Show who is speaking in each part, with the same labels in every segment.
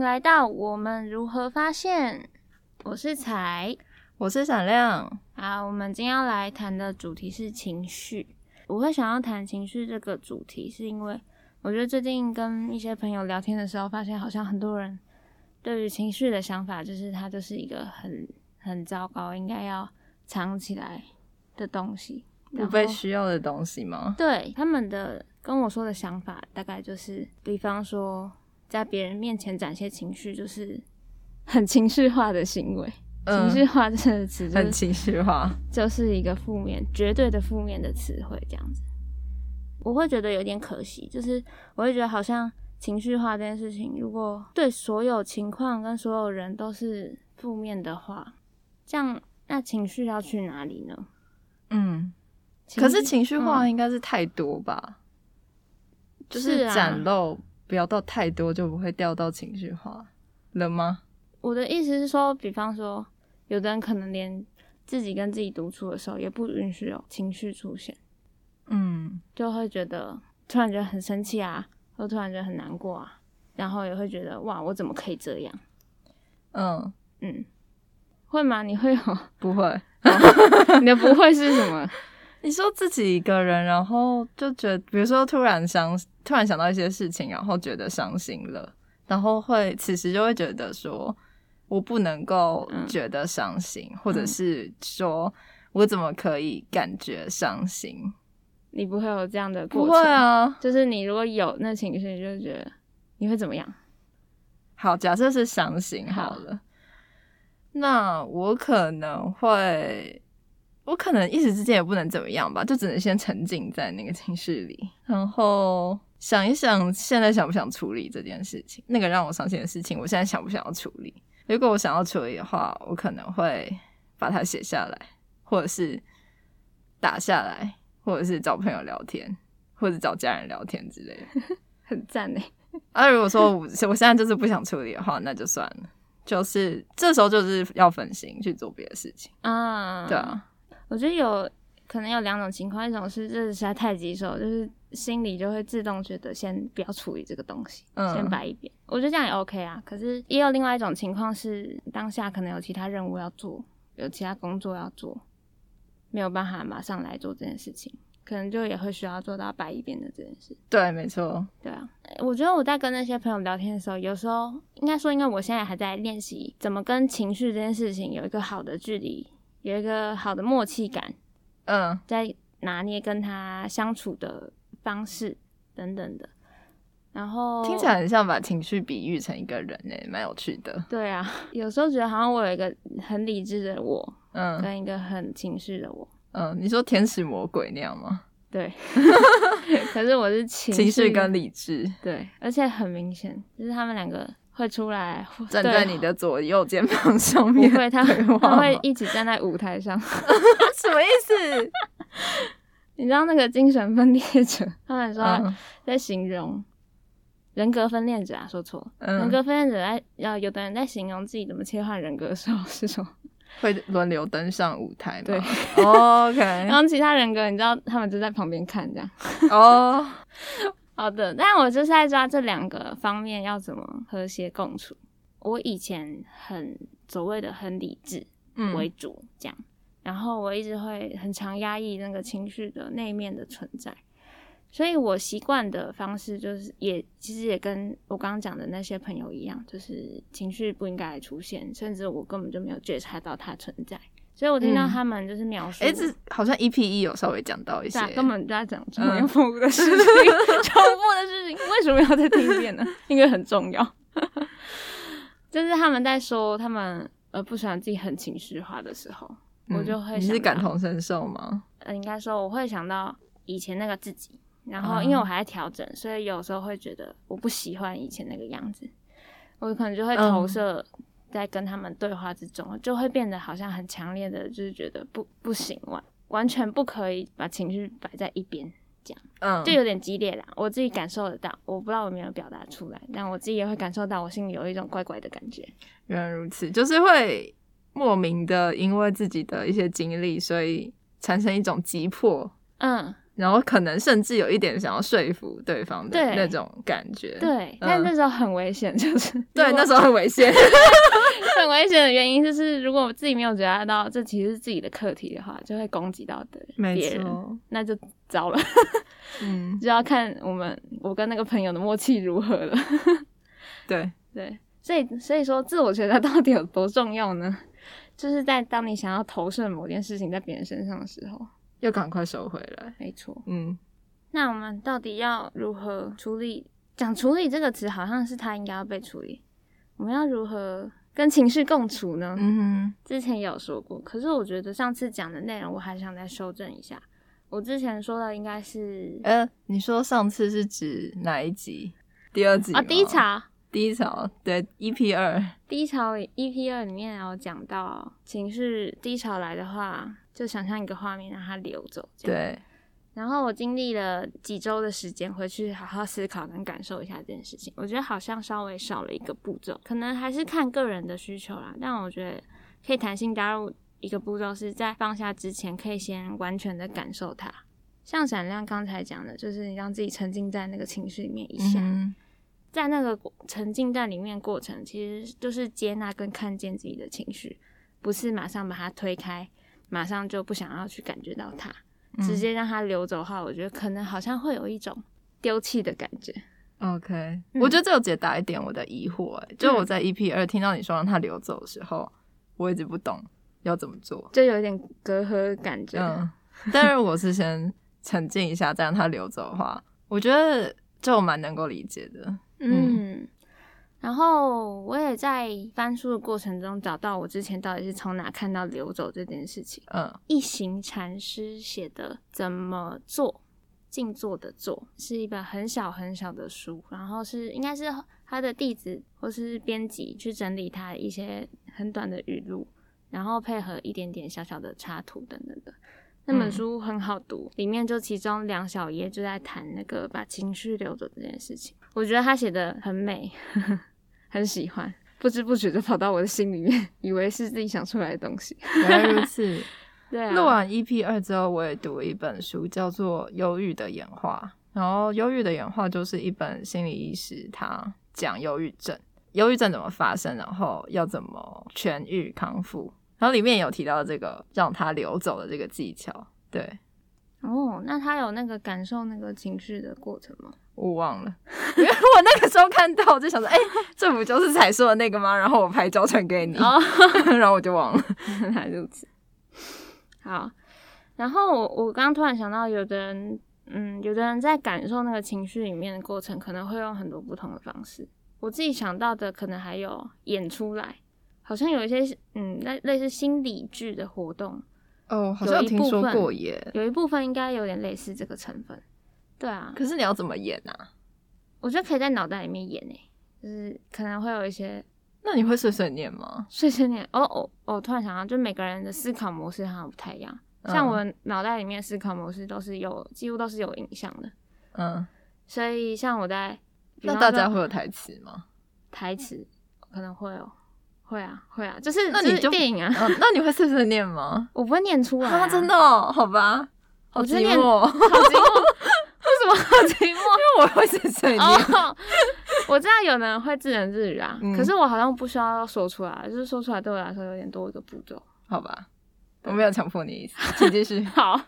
Speaker 1: 来到我们如何发现，我是彩。
Speaker 2: 我是闪亮，
Speaker 1: 好，我们今天要来谈的主题是情绪。我会想要谈情绪这个主题，是因为我觉得最近跟一些朋友聊天的时候，发现好像很多人对于情绪的想法，就是它就是一个很很糟糕，应该要藏起来的东西。
Speaker 2: 不被需要的东西吗？
Speaker 1: 对他们的跟我说的想法，大概就是，比方说在别人面前展现情绪，就是很情绪化的行为。情绪化这个词就是
Speaker 2: 嗯很情绪化，
Speaker 1: 就是一个负面、绝对的负面的词汇，这样子，我会觉得有点可惜。就是我会觉得好像情绪化这件事情，如果对所有情况跟所有人都是负面的话，这样那情绪要去哪里呢？
Speaker 2: 嗯。可是情绪化
Speaker 1: 嗯
Speaker 2: 应该是太多吧，就是是
Speaker 1: 啊
Speaker 2: 展露不要到太多，就不会掉到情绪化了吗？
Speaker 1: 我的意思是说，比方说，有的人可能连自己跟自己独处的时候也不允许有情绪出现，
Speaker 2: 嗯，
Speaker 1: 就会觉得突然觉得很生气啊，或突然觉得很难过啊，然后也会觉得哇，我怎么可以这样？
Speaker 2: 嗯，
Speaker 1: 嗯，会吗？你 会有？
Speaker 2: 不会。
Speaker 1: 你的不会是什么？
Speaker 2: 你说自己一个人，然后就觉得，比如说突然想，突然想到一些事情，然后觉得伤心了，然后会此时就会觉得说，我不能够
Speaker 1: 嗯
Speaker 2: 觉得伤心，或者
Speaker 1: 嗯
Speaker 2: 是说我怎么可以感觉伤心？
Speaker 1: 你不会有这样的过
Speaker 2: 不
Speaker 1: 程？
Speaker 2: 会！啊。
Speaker 1: 就是你如果有那情绪，你就觉得你会怎么样？
Speaker 2: 好，假设是伤心好了，那我可能会，我可能一时之间也不能怎么样吧，就只能先沉浸在那个情绪里，然后想一想现在想不想处理这件事情，那个让我伤心的事情，我现在想不想要处理？如果我想要处理的话，我可能会把它写下来，或者是打下来，或者是找朋友聊天，或者找家人聊天之类的。
Speaker 1: 很赞欸 诶、
Speaker 2: 啊，如果说我 我现在就是不想处理的话，那就算了。就是这时候就是要分心去做别的事情，
Speaker 1: 啊，
Speaker 2: 对，啊，
Speaker 1: 我觉得有可能有两种情况，一种是这实在太棘手，就是心里就会自动觉得先不要处理这个东西，
Speaker 2: 嗯
Speaker 1: 先摆一边。我觉得这样也 OK 啊。可是也有另外一种情况是，当下可能有其他任务要做，有其他工作要做，没有办法马上来做这件事情，可能就也会需要做到摆一边的这件事。
Speaker 2: 对，没错，
Speaker 1: 对啊，我觉得我在跟那些朋友聊天的时候，有时候应该说，因为我现在还在练习怎么跟情绪这件事情有一个好的距离，有一个好的默契感，
Speaker 2: 嗯
Speaker 1: 在拿捏跟他相处的方式等等的。然后
Speaker 2: 听起来很像把情绪比喻成一个人诶、蛮有趣的，
Speaker 1: 对啊， 有时候觉得好像我有一个很理智的我，
Speaker 2: 嗯
Speaker 1: 跟一个很情绪的我。
Speaker 2: 嗯，你说天使魔鬼那样吗？
Speaker 1: 对，可是我是情
Speaker 2: 情绪
Speaker 1: 绪
Speaker 2: 跟理智
Speaker 1: 对，而且很明显，就是他们两个会出来
Speaker 2: 站
Speaker 1: 对
Speaker 2: 在你的左右肩膀上
Speaker 1: 不
Speaker 2: 面，
Speaker 1: 会，他
Speaker 2: 对话
Speaker 1: 他 会啊
Speaker 2: 吗
Speaker 1: 一起站在舞台上。
Speaker 2: 什么意思？
Speaker 1: 你知道那个精神分裂者，他们说
Speaker 2: 嗯
Speaker 1: 在形容人格分裂者啊，说错了，
Speaker 2: 嗯
Speaker 1: 人格分裂者在呃，有的人在形容自己怎么切换人格的时候是说，
Speaker 2: 会轮流登上舞台吗？哦
Speaker 1: 对
Speaker 2: ，OK，
Speaker 1: 然后其他人格你知道他们就在旁边看这样。
Speaker 2: 哦，
Speaker 1: 好的，但我就是在抓这两个方面要怎么和谐共处。我以前很所谓的很理智，为
Speaker 2: 嗯
Speaker 1: 主，这样。然后我一直会很常压抑那个情绪的内面的存在，所以我习惯的方式就是也其实也跟我刚刚讲的那些朋友一样，就是情绪不应该出现，甚至我根本就没有觉察到它存在。所以我听到
Speaker 2: 嗯
Speaker 1: 他们就是描述，
Speaker 2: 诶，这好像 EP 有稍微讲到一
Speaker 1: 对
Speaker 2: 些，
Speaker 1: 啊根本就在讲重
Speaker 2: 嗯
Speaker 1: 复的事情， 重复的事情为什么要再听一遍呢？因为很重要。 就是他们在说他们呃不喜欢自己很情绪化的时候，我
Speaker 2: 嗯
Speaker 1: 就会
Speaker 2: 你
Speaker 1: 想
Speaker 2: 是感
Speaker 1: 到
Speaker 2: 同身受吗？
Speaker 1: 呃，应该说我会想到以前那个自己，然后
Speaker 2: 啊
Speaker 1: 因为我还在调整，所以有时候会觉得我不喜欢以前那个样子，我可能就会投
Speaker 2: 嗯
Speaker 1: 射在跟他们对话之中，就会变得好像很强烈的，就是觉得不不行，完完全不可以把情绪摆在一边，
Speaker 2: 嗯，
Speaker 1: 就有点激烈啦。我自己感受得到，我不知道有没有表达出来，但我自己也会感受到，我心里有一种怪怪的感觉。
Speaker 2: 原来如此，就是会莫名的因为自己的一些经历，所以产生一种急迫
Speaker 1: 嗯，
Speaker 2: 然后可能甚至有一点想要说服对方的
Speaker 1: 对
Speaker 2: 那种感觉。
Speaker 1: 对，但那时候很危险，就是
Speaker 2: 嗯对，那时候很危险。
Speaker 1: 很危险的原因就是，如果我自己没有觉察到这其实是自己的课题的话，就会攻击到的别人，，那就糟了，
Speaker 2: 嗯，
Speaker 1: 就要看我们我跟那个朋友的默契如何了。
Speaker 2: 对，
Speaker 1: 对，所以所以说，自我觉察到底有多重要呢？就是在当你想要投射某件事情在别人身上的时候，
Speaker 2: 要赶快收回来。
Speaker 1: 没错。
Speaker 2: 嗯，
Speaker 1: 那我们到底要如何处理？讲“处理”这个词，好像是他应该要被处理。我们要如何跟情绪共处呢？
Speaker 2: 嗯
Speaker 1: 之前有说过，可是我觉得上次讲的内容，我还想再修正一下。我之前说的应该是
Speaker 2: 哼，呃，你说上次是指哪一集？第二集
Speaker 1: 啊，
Speaker 2: 吗
Speaker 1: 低，潮，
Speaker 2: 低潮，对，EP 二，
Speaker 1: 低潮 EP 二里面有讲到，情绪低潮来的话，就想象一个画面让它流走。。
Speaker 2: 对，
Speaker 1: 然后我经历了几周的时间，回去好好思考跟感受一下这件事情。我觉得好像稍微少了一个步骤，可能还是看个人的需求啦。但我觉得可以弹性加入一个步骤，是在放下之前，可以先完全的感受它。像闪亮刚才讲的，就是你让自己沉浸在那个情绪里面一下，
Speaker 2: 嗯
Speaker 1: 在那个过沉浸在里面过程，其实就是接纳跟看见自己的情绪，不是马上把它推开，马上就不想要去感觉到它，
Speaker 2: 嗯哼，
Speaker 1: 直接让它流走的话，我觉得可能好像会有一种丢弃的感觉。
Speaker 2: 嗯 OK。
Speaker 1: 嗯
Speaker 2: 我觉得这有解答一点我的疑惑、欸，就我在 EP 二听到你说让他流走的时候，我一直不懂要怎么做。
Speaker 1: 就有点隔阂的感觉，
Speaker 2: 嗯，但是我是先沉浸一下，再让他流走的话，我觉得就蛮能够理解的。嗯
Speaker 1: 嗯，然后我也在翻书的过程中找到我之前到底是从哪看到流走这件事情。
Speaker 2: 嗯
Speaker 1: 一行禅师写的《怎么做静坐的坐》，是一本很小很小的书，然后是应该是他的弟子或是编辑去整理他一些很短的语录，然后配合一点点小小的插图等等的。那本
Speaker 2: 嗯
Speaker 1: 书很好读，里面就其中两小页就在谈那个把情绪留着这件事情。我觉得他写的很美， 很喜欢，不知不觉就跑到我的心里面，以为是自己想出来的东西。
Speaker 2: 原来如此。
Speaker 1: 对啊，
Speaker 2: 录完 EP 二之后，我也读一本书，叫做《忧郁的演化》。然后，《忧郁的演化》就是一本心理医师他讲忧郁症，忧郁症怎么发生，然后要怎么痊愈康复。然后里面有提到这个让他流走的这个技巧，对
Speaker 1: 哦，那他有那个感受那个情绪的过程吗？
Speaker 2: 我忘了， 因为我那个时候看到，我就想说，哎、这不就是才说的那个吗？然后我拍照传给你，
Speaker 1: 哦，
Speaker 2: 然后我就忘了。
Speaker 1: 原 来如此。好，然后我我刚突然想到，有的人，嗯，有的人在感受那个情绪里面的过程，可能会用很多不同的方式。我自己想到的，可能还有演出来，好像有一些，嗯，类类似心理剧的活动，
Speaker 2: 哦，好
Speaker 1: 有
Speaker 2: 像
Speaker 1: 一
Speaker 2: 有听
Speaker 1: 部
Speaker 2: 说
Speaker 1: 分
Speaker 2: 过耶。
Speaker 1: 有一部分应该有点类似这个成分。对啊，
Speaker 2: 可是你要怎么演啊？
Speaker 1: 我觉得可以在脑袋里面演诶、就是可能会有一些
Speaker 2: 那你会碎碎念吗？
Speaker 1: 碎碎念，哦哦哦！突然想到，就每个人的思考模式好像不太一样。像
Speaker 2: 嗯
Speaker 1: 我脑袋里面思考模式都是有，几乎都是有影像的。
Speaker 2: 嗯，
Speaker 1: 所以像我在，比
Speaker 2: 那
Speaker 1: 方
Speaker 2: 大
Speaker 1: 说
Speaker 2: 家会有台词 吗？
Speaker 1: 台词可能会哦，会啊会啊，就是
Speaker 2: 那你
Speaker 1: 是
Speaker 2: 就
Speaker 1: 电影啊，
Speaker 2: 嗯，那你会碎碎念吗？
Speaker 1: 我不会念出来、啊，
Speaker 2: 真的、哦，好吧，好
Speaker 1: 我觉
Speaker 2: 寂
Speaker 1: 得
Speaker 2: 寞
Speaker 1: 念
Speaker 2: 哦，
Speaker 1: 好寂寞，为什么好寂寞？
Speaker 2: 因为我会碎碎念。
Speaker 1: 哦，我知道有的人会自言自语啊，
Speaker 2: 嗯
Speaker 1: 可是我好像不需要说出来，就是说出来对我来说有点多一个步骤。。
Speaker 2: 好吧，我没有强迫你的意思，请继续
Speaker 1: 好，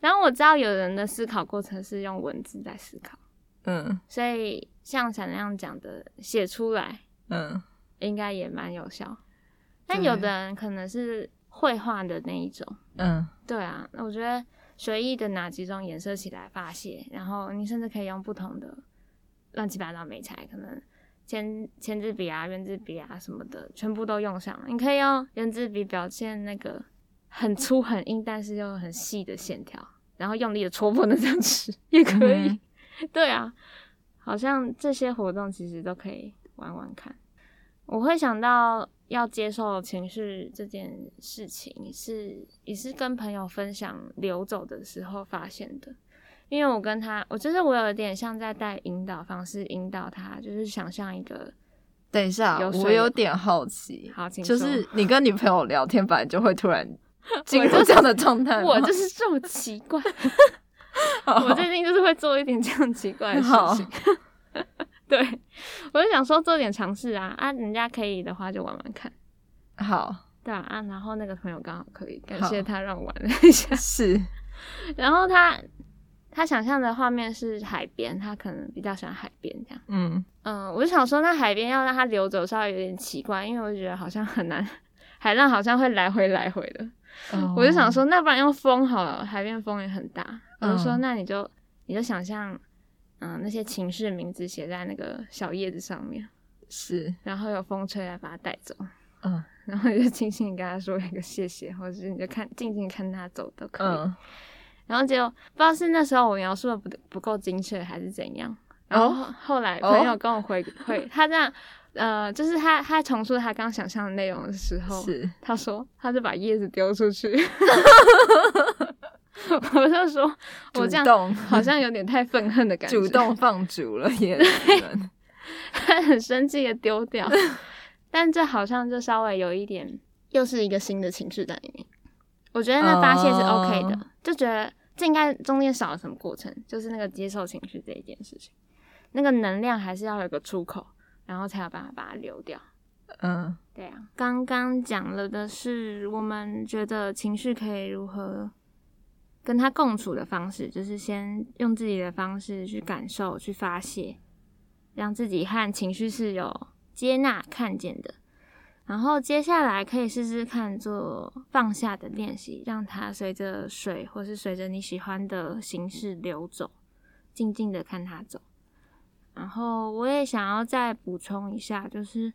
Speaker 1: 然后我知道有人的思考过程是用文字在思考，
Speaker 2: 嗯
Speaker 1: 所以像闪亮讲的，写出来
Speaker 2: 嗯，
Speaker 1: 应该也蛮有效。但
Speaker 2: 对
Speaker 1: 有的人可能是绘画的那一种，
Speaker 2: 嗯，
Speaker 1: 对啊，那我觉得随意的拿几种颜色起来发泄，然后你甚至可以用不同的乱七八糟美材，可能签签字笔啊、圆珠笔啊什么的，全部都用上。你可以用圆珠笔表现那个很粗很硬，但是又很细的线条，然后用力的戳破那张纸也可以。
Speaker 2: 嗯
Speaker 1: 对啊，好像这些活动其实都可以玩玩看。我会想到要接受情绪这件事情是，也是跟朋友分享流走的时候发现的。因为我跟他，我就是我有点像在带引导方式引导他，就是想象一个
Speaker 2: 等一下，
Speaker 1: 有水
Speaker 2: 我有点好奇，
Speaker 1: 好，请
Speaker 2: 就是
Speaker 1: 说
Speaker 2: 你跟你朋友聊天， 本来就会突然进
Speaker 1: 我就
Speaker 2: 入
Speaker 1: 是
Speaker 2: 这样的状态吗
Speaker 1: 我就是这么奇怪，我最近就是会做一点这样奇怪的事情。 对，我就想说做点尝试啊啊，人家可以的话就玩玩看，
Speaker 2: 好
Speaker 1: 对啊啊，然后那个朋友刚好可以，感
Speaker 2: 好
Speaker 1: 谢他让我玩了一下。
Speaker 2: 是
Speaker 1: 然后他他想象的画面是海边，他可能比较喜欢海边这样。
Speaker 2: 嗯
Speaker 1: 嗯，我就想说，那海边要让他流走，稍微有点奇怪，因为我觉得好像很难，海浪好像会来回来回的。
Speaker 2: 哦
Speaker 1: 我就想说，那不然用风好了，海边风也很大。我就说，
Speaker 2: 嗯
Speaker 1: 那你就你就想象，嗯，那些情绪名字写在那个小叶子上面，
Speaker 2: 是
Speaker 1: 然后有风吹来把它带走，
Speaker 2: 嗯
Speaker 1: 然后你就轻轻地跟他说一个谢谢，或者是你就看静静看它走都可以。
Speaker 2: 嗯
Speaker 1: 然后结果不知道是那时候我描述的不不够精确还是怎样，然
Speaker 2: 哦
Speaker 1: 后后后来朋友跟我回回他这样，呃，就是他他重述他刚想象的内容的时候，
Speaker 2: 是
Speaker 1: 他说他就把叶子丢出 去，我就说我这
Speaker 2: 主
Speaker 1: 样
Speaker 2: 动
Speaker 1: 好像有点太愤恨的感觉，
Speaker 2: 主动放逐了 也只能
Speaker 1: 他很生气的丢 掉，但这好像就稍微有一点，又是一个新的情绪在里面。我觉得那发泄是 OK 的
Speaker 2: 哦
Speaker 1: 就觉得这应该中间少了什么过程，就是那个接受情绪这一件事情，那个能量还是要有个出口，然后才有办法把它流掉。
Speaker 2: 嗯
Speaker 1: 对啊，刚刚讲了的是我们觉得情绪可以如何跟它共处的方式，就是先用自己的方式去感受、去发泄，让自己和情绪是有接纳、看见的。然后接下来可以试试看做放下的练习，让它随着水或是随着你喜欢的形式流走，静静的看它走。然后我也想要再补充一下，就是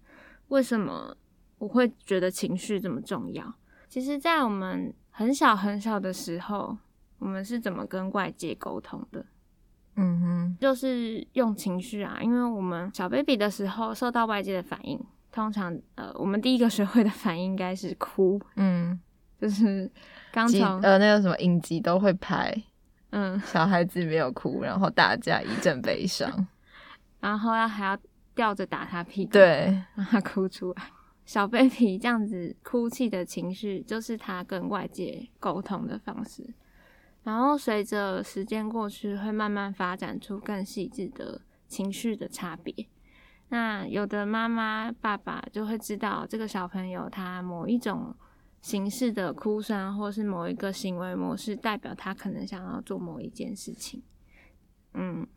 Speaker 1: 为什么我会觉得情绪这么重要？其实，在我们很小很小的时候，我们是怎么跟外界沟通的？
Speaker 2: 嗯哼
Speaker 1: 就是用情绪啊，因为我们小 baby 的时候受到外界的反应，通常呃，我们第一个学会的反应应该是哭，
Speaker 2: 嗯，
Speaker 1: 就是刚
Speaker 2: 几
Speaker 1: 从
Speaker 2: 呃那个什么影集都会拍，
Speaker 1: 嗯，
Speaker 2: 小孩子没有哭，然后大家一阵悲伤，
Speaker 1: 然后要还要吊着打他屁股，，
Speaker 2: 对，
Speaker 1: 让他哭出来。小 baby 这样子哭泣的情绪，就是他跟外界沟通的方式。然后随着时间过去，会慢慢发展出更细致的情绪的差别。那有的妈妈、爸爸就会知道这个小朋友他某一种形式的哭声，或是某一个行为模式，代表他可能想要做某一件事情。嗯，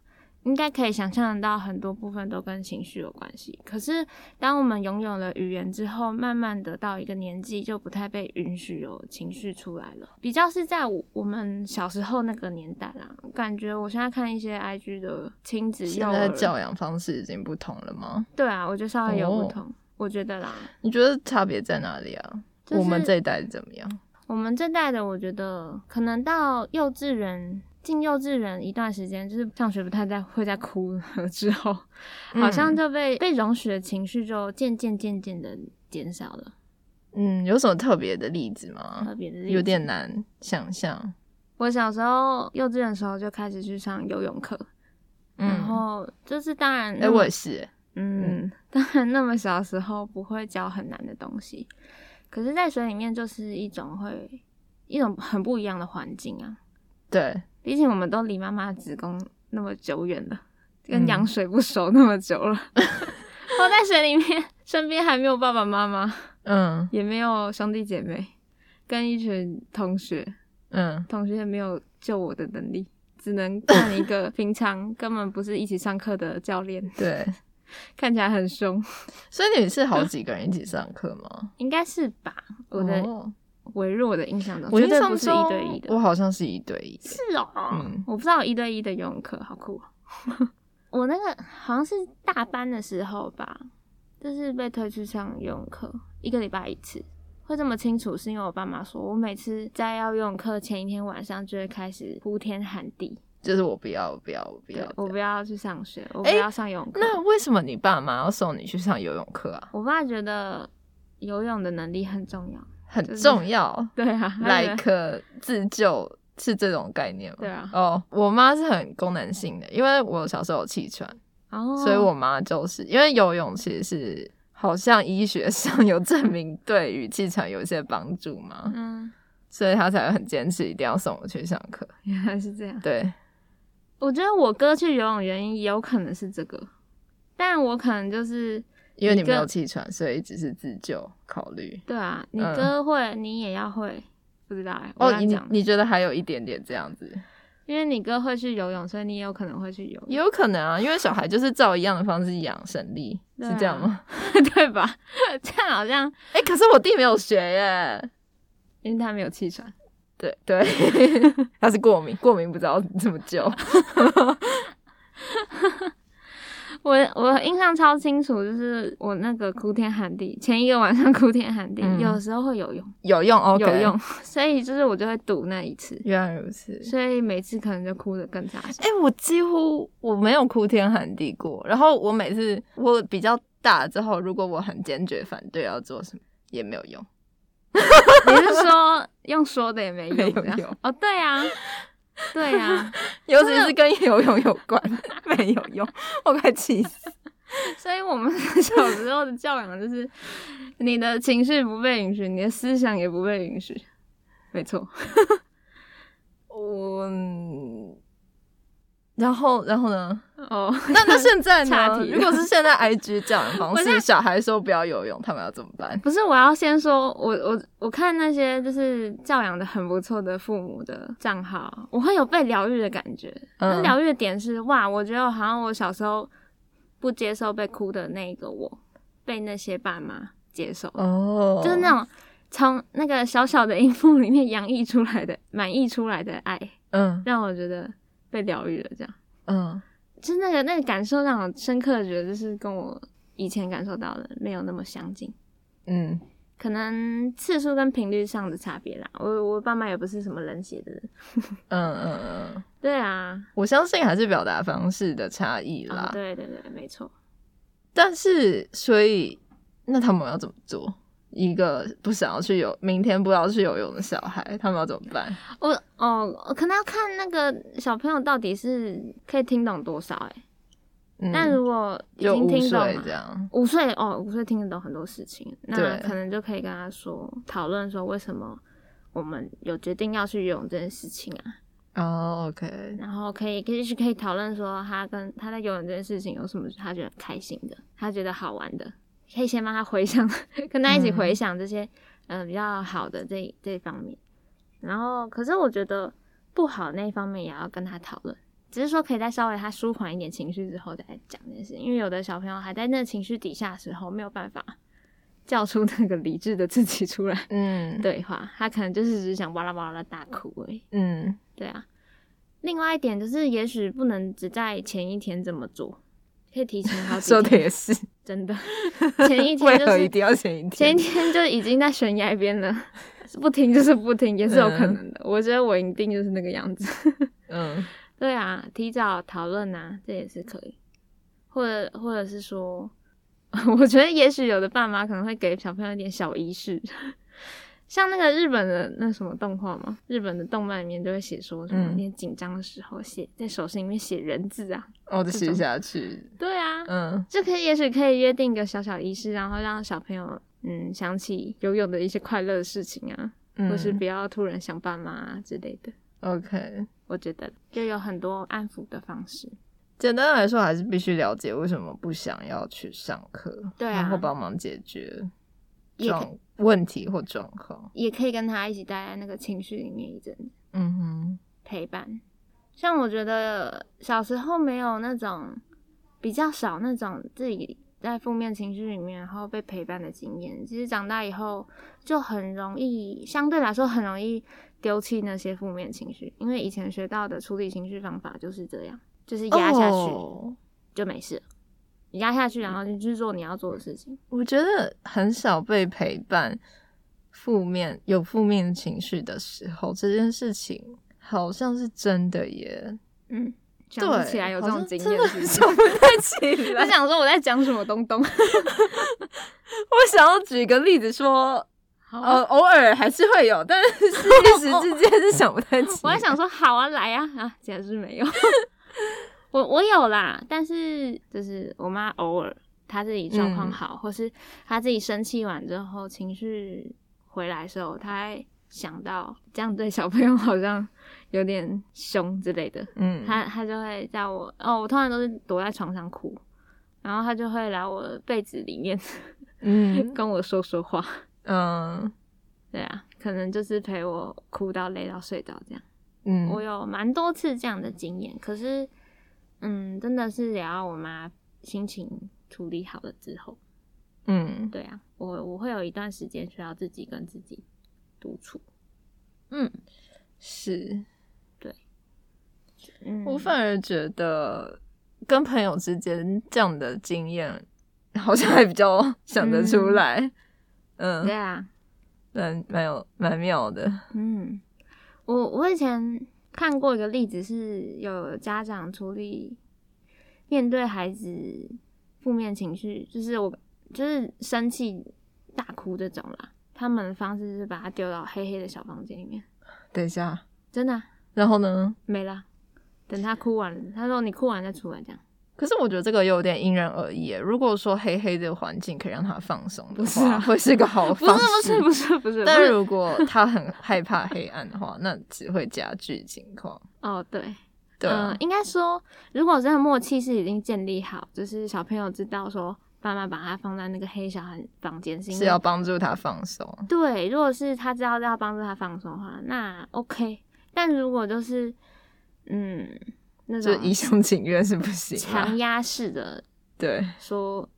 Speaker 1: 应该可以想象得到，很多部分都跟情绪有关系。可是，当我们拥有了语言之后，慢慢的到一个年纪，就不太被允许有情绪出来了。比较是在我我们小时候那个年代啦，感觉我现在看一些 IG 的亲子幼
Speaker 2: 现在
Speaker 1: 儿
Speaker 2: 的教养方式已经不同了吗？
Speaker 1: 对啊，我觉得稍微有不
Speaker 2: 哦
Speaker 1: 同，我觉得啦，
Speaker 2: 你觉得差别在哪里啊？
Speaker 1: 就是
Speaker 2: 我们这一代怎么样？
Speaker 1: 我们这代的，我觉得可能到幼稚园进幼稚园一段时间，就是上学不太在会在哭了之后，好
Speaker 2: 嗯
Speaker 1: 像就被、被容许的情绪就渐渐渐渐的减少了，
Speaker 2: 嗯，有什么特别的例子吗？
Speaker 1: 特别的例子
Speaker 2: 嗯有。点难想象。
Speaker 1: 我小时候幼稚园的时候就开始去上游泳课，
Speaker 2: 嗯，
Speaker 1: 然后就是当然
Speaker 2: 哎、
Speaker 1: 那么，
Speaker 2: 我也是，
Speaker 1: 嗯， 当然那么小的时候不会教很难的东西，可是，在水里面就是一种会一种很不一样的环境啊。
Speaker 2: 对，
Speaker 1: 毕竟我们都离妈妈的子宫那么久远了，跟
Speaker 2: 嗯
Speaker 1: 羊水不熟那么久了， 泡在水里面，身边还没有爸爸妈妈，
Speaker 2: 嗯
Speaker 1: 也没有兄弟姐妹，跟一群同学，
Speaker 2: 嗯
Speaker 1: 同学也没有救我的能力，只能看一个平常根本不是一起上课的教练，
Speaker 2: 对。
Speaker 1: 看起来很凶，
Speaker 2: 所以你是好几个人一起上课吗？
Speaker 1: 应该是吧？我的、
Speaker 2: 哦、
Speaker 1: 围绕我的印象中，
Speaker 2: 我
Speaker 1: 绝
Speaker 2: 印
Speaker 1: 对
Speaker 2: 象
Speaker 1: 不是一对一的
Speaker 2: 中，我好像是一对一。
Speaker 1: 是哦，
Speaker 2: 嗯
Speaker 1: 我不知道一对一的游泳课好酷、哦。 我那个好像是大班的时候吧，就是被推去上游泳课，一个礼拜一次。会这么清楚，是因为我爸妈说，我每次在要游泳课前一天晚上就会开始呼天喊地，
Speaker 2: 就是我不要，我不要，我不
Speaker 1: 对
Speaker 2: 要。
Speaker 1: 我
Speaker 2: 这样
Speaker 1: 不要去上学，我不
Speaker 2: 诶
Speaker 1: 要上游 泳课。
Speaker 2: 那为什么你爸妈要送你去上游泳课啊？
Speaker 1: 我爸觉得游泳的能力很重 要，
Speaker 2: 很
Speaker 1: 就是
Speaker 2: 重 要。
Speaker 1: 对啊，他觉得
Speaker 2: like 自救是这种概念吗？
Speaker 1: 对啊
Speaker 2: 哦、我妈是很功能性的，因为我小时候有气喘，
Speaker 1: 哦，
Speaker 2: 所以我妈就是因为游泳其实是好像医学上有证明对于气喘有一些帮助嘛，
Speaker 1: 嗯，
Speaker 2: 所以她才会很坚持一定要送我去上课。
Speaker 1: 原来是这样。
Speaker 2: 对，
Speaker 1: 我觉得我哥去游泳原因也有可能是这个，但我可能就是
Speaker 2: 因为你
Speaker 1: 一
Speaker 2: 没
Speaker 1: 个
Speaker 2: 有气喘，所以只是自救考虑。
Speaker 1: 对啊，你
Speaker 2: 嗯
Speaker 1: 哥会，你也要会，不知道哎、我
Speaker 2: 哦，
Speaker 1: 乱
Speaker 2: 你
Speaker 1: 讲的
Speaker 2: 你觉得还有一点点这样子，
Speaker 1: 因为你哥会去游泳，所以你也有可能会去游泳，
Speaker 2: 也有可能啊，因为小孩就是照一样的方式养省力，
Speaker 1: 对
Speaker 2: 是这样吗？
Speaker 1: 对吧？这样好像
Speaker 2: 哎、可是我弟没有学耶。
Speaker 1: 因为他没有气喘，
Speaker 2: 对 对，他是过敏，过敏不知道怎么救。
Speaker 1: 我我印象超清楚，就是我那个哭天喊地，前一个晚上哭天喊地，
Speaker 2: 嗯
Speaker 1: 有时候会游泳，
Speaker 2: 有用，OK，
Speaker 1: 有用，。所以就是我就会赌那一次，
Speaker 2: 原来如此。
Speaker 1: 所以每次可能就哭得更大声。
Speaker 2: 哎、我几乎我没有哭天喊地过。然后我每次我比较大之后，如果我很坚决反对要做什么，也没有用。
Speaker 1: 你是说用说的也没用
Speaker 2: 没有
Speaker 1: 这样？
Speaker 2: 用
Speaker 1: 哦，对啊，对 啊，
Speaker 2: 尤其是跟游泳有关， 没有用，我快气死。
Speaker 1: 所以我们 小时候的教养就是，你的情绪不被允许，你的思想也不被允许。没错，
Speaker 2: 我、嗯然后，然后呢？
Speaker 1: 哦，
Speaker 2: 那 那现在
Speaker 1: 岔
Speaker 2: 呢？
Speaker 1: 题了
Speaker 2: 如果是现在 IG 教养方
Speaker 1: 我现在
Speaker 2: 式，小孩说不要游泳，他们要怎么办？
Speaker 1: 不是，我要先说，我我我看那些就是教养的很不错的父母的账号，我会有被疗愈的感觉。那
Speaker 2: 嗯
Speaker 1: 疗愈的点是，哇，我觉得好像我小时候不接受被哭的那个我，被那些爸妈接受，
Speaker 2: 哦
Speaker 1: 就是那种从那个小小的荧幕里面洋溢出来的、满溢出来的爱，
Speaker 2: 嗯
Speaker 1: 让我觉得被疗愈了。这样，
Speaker 2: 嗯，
Speaker 1: 就是那个那个感受让我深刻的觉得，就是跟我以前感受到的没有那么相近。
Speaker 2: 嗯，
Speaker 1: 可能次数跟频率上的差别啦。我我爸妈也不是什么冷血的人。
Speaker 2: 嗯嗯嗯，
Speaker 1: 对啊，
Speaker 2: 我相信还是表达方式的差异啦。
Speaker 1: 啊、对对对，没错。
Speaker 2: 但是，所以那他们要怎么做？一个不想要去游，明天不要去游泳的小孩，他们要怎么办？
Speaker 1: 我哦，我可能要看那个小朋友到底是可以听懂多少哎、
Speaker 2: 嗯，
Speaker 1: 那、如果已
Speaker 2: 就
Speaker 1: 经
Speaker 2: 五
Speaker 1: 听懂
Speaker 2: 岁
Speaker 1: 了
Speaker 2: 这，样，
Speaker 1: 五岁哦，五岁听得懂很多事情，那
Speaker 2: 对
Speaker 1: 可能就可以跟他说讨论说为什么我们有决定要去游泳这件事情啊，
Speaker 2: 哦，OK，
Speaker 1: 然后可以可以去可以讨论说他跟他在游泳这件事情有什么他觉得开心的，他觉得好玩的，可以先帮他回想，跟他一起回想这些嗯、呃比较好的这这一方面。然后，可是我觉得不好那一方面也要跟他讨论，只是说可以在稍微他舒缓一点情绪之后再讲这件事，因为有的小朋友还在那情绪底下的时候没有办法叫出那个理智的自己出来
Speaker 2: 嗯，，
Speaker 1: 对话，他可能就是只是想哇啦哇啦大哭而已。
Speaker 2: 嗯，
Speaker 1: 对啊，另外一点就是，也许不能只在前一天这么做，可以提前好几
Speaker 2: 说的
Speaker 1: 天。
Speaker 2: 也是，
Speaker 1: 真 的，前一天
Speaker 2: 为
Speaker 1: 就
Speaker 2: 何一
Speaker 1: 是
Speaker 2: 定要前一
Speaker 1: 前一
Speaker 2: 天？
Speaker 1: 天就已经在悬崖边了， 不听就是不听，也是有可能的。我觉得我一定就是那个样子。
Speaker 2: 嗯
Speaker 1: 对啊，提早讨论啊，这也是可以，或者或者是说， 我觉得也许有的爸妈可能会给小朋友一点小仪式，像那个日本的那什么动画嘛，日本的动漫里面就会写说什么，
Speaker 2: 嗯
Speaker 1: 你紧张的时候写在手心里面写人字啊，
Speaker 2: 我就写下去，
Speaker 1: 对啊，
Speaker 2: 嗯
Speaker 1: 就可以也许可以约定一个小小仪式，然后让小朋友嗯想起游泳的一些快乐的事情啊，
Speaker 2: 嗯，
Speaker 1: 或是不要突然想爸妈啊之类的，
Speaker 2: OK。
Speaker 1: 我觉得就有很多安抚的方式。
Speaker 2: 简单来说，还是必须了解为什么不想要去上课，
Speaker 1: 对啊
Speaker 2: 然后帮忙解决
Speaker 1: 也可
Speaker 2: 状问题或状况。
Speaker 1: 也可以跟他一起待在那个情绪里面一阵子
Speaker 2: 嗯哼，
Speaker 1: 陪伴。像我觉得小时候没有那种比较少那种自己在负面情绪里面然后被陪伴的经验，其实长大以后就很容易，相对来说很容易丢弃那些负面情绪，因为以前学到的处理情绪方法就是这样，就是压下去、
Speaker 2: 哦嗯
Speaker 1: 就没事了，你压下去然后你去做你要做的事情。
Speaker 2: 我觉得很少被陪伴，负面有负面情绪的时候，这件事情好像是真的耶。
Speaker 1: 嗯，想
Speaker 2: 对，
Speaker 1: 不起来有这种经
Speaker 2: 好像
Speaker 1: 验是
Speaker 2: 真
Speaker 1: 不是
Speaker 2: 的想不太 起
Speaker 1: 我
Speaker 2: 来。
Speaker 1: 想说我在讲什么东东。
Speaker 2: 我想要举个例子说，
Speaker 1: 好啊
Speaker 2: 呃，偶尔还是会有，但是一时之间是想不太 起
Speaker 1: 我还想说，好啊，来啊，啊，简直没有。我我有啦，但是就是我妈偶尔她自己状况好，或是她自己生气完之后情绪回来的时候，她还想到这样对小朋友好像有点凶之类的，
Speaker 2: 嗯，
Speaker 1: 他他就会叫我哦，我通常都是躲在床上哭，然后他就会来我的被子里面
Speaker 2: 嗯
Speaker 1: 跟我说说话，
Speaker 2: 嗯
Speaker 1: 对啊，可能就是陪我哭到累到睡着这样。
Speaker 2: 嗯，
Speaker 1: 我有蛮多次这样的经验，可是嗯，真的是也要我妈心情处理好了之后，
Speaker 2: 嗯
Speaker 1: 对啊，我我会有一段时间需要自己跟自己独处，
Speaker 2: 是，
Speaker 1: 嗯，
Speaker 2: 我反而觉得跟朋友之间这样的经验，好像还比较想得出来，嗯，
Speaker 1: 对啊，
Speaker 2: 蛮蛮有蛮妙的，
Speaker 1: 嗯，我我以前看过一个例子，是有家长处理面对孩子负面情绪，就是我就是生气大哭这种啦。他们的方式是把他丢到黑黑的小房间里面，
Speaker 2: 等一下，
Speaker 1: 真的啊、
Speaker 2: 然后呢？
Speaker 1: 没了。等他哭完了，他说你哭完再出来，这样
Speaker 2: 可是我觉得这个有点因人而异耶。如果说黑黑的环境可以让他放松的
Speaker 1: 不是
Speaker 2: 话，
Speaker 1: 啊
Speaker 2: 会是个好
Speaker 1: 不
Speaker 2: 方式。
Speaker 1: 是不是不是不是，不
Speaker 2: 但
Speaker 1: 是
Speaker 2: 如果他很 害怕黑暗的话，那只会加剧情况。
Speaker 1: 哦对，
Speaker 2: 对啊、
Speaker 1: 嗯，应该说，如果真的默契是已经建立好，就是小朋友知道说爸妈把他放在那个黑小孩房间是因
Speaker 2: 是
Speaker 1: 为
Speaker 2: 要帮助他放松。
Speaker 1: 对，如果是他知道要帮助他放松的话，那 OK。但如果就是嗯那
Speaker 2: 就
Speaker 1: 种
Speaker 2: 一厢情愿是不行啊、
Speaker 1: 强压式的
Speaker 2: 对，
Speaker 1: 说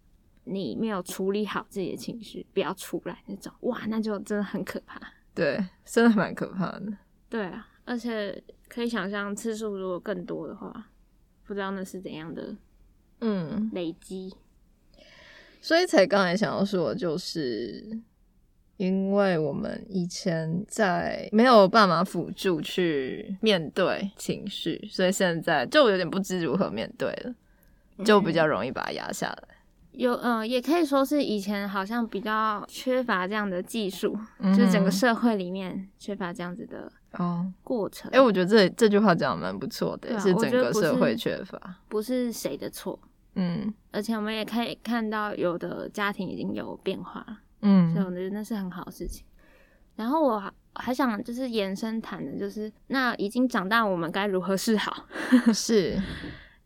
Speaker 1: 你没有处理好自己的情绪，不要出来那种，哇，那就真的很可怕。
Speaker 2: 对，真的蛮可怕的。
Speaker 1: 对啊，而且可以想象次数如果更多的话，不知道那是怎样的
Speaker 2: 嗯，
Speaker 1: 累积。
Speaker 2: 所以才刚才想要说，就是因为我们以前在没有办法辅助去面对情绪，所以现在就有点不知如何面对了，就
Speaker 1: 嗯
Speaker 2: 比较容易把它压下来。
Speaker 1: 有，嗯、也可以说是以前好像比较缺乏这样的技术，
Speaker 2: 嗯
Speaker 1: 就是整个社会里面缺乏这样子的
Speaker 2: 哦，
Speaker 1: 过程。
Speaker 2: 哎、我觉得这这句话讲的蛮不错的、
Speaker 1: 对啊
Speaker 2: 是整
Speaker 1: 我觉
Speaker 2: 个
Speaker 1: 得不
Speaker 2: 社
Speaker 1: 是
Speaker 2: 会缺乏。
Speaker 1: 不是谁的错，
Speaker 2: 嗯
Speaker 1: 而且我们也可以看到有的家庭已经有变化了，所以
Speaker 2: 嗯
Speaker 1: 我觉得那是很好的事情。然后我还还想就是延伸谈的，就是那已经长大，我们该如何是好？
Speaker 2: 是，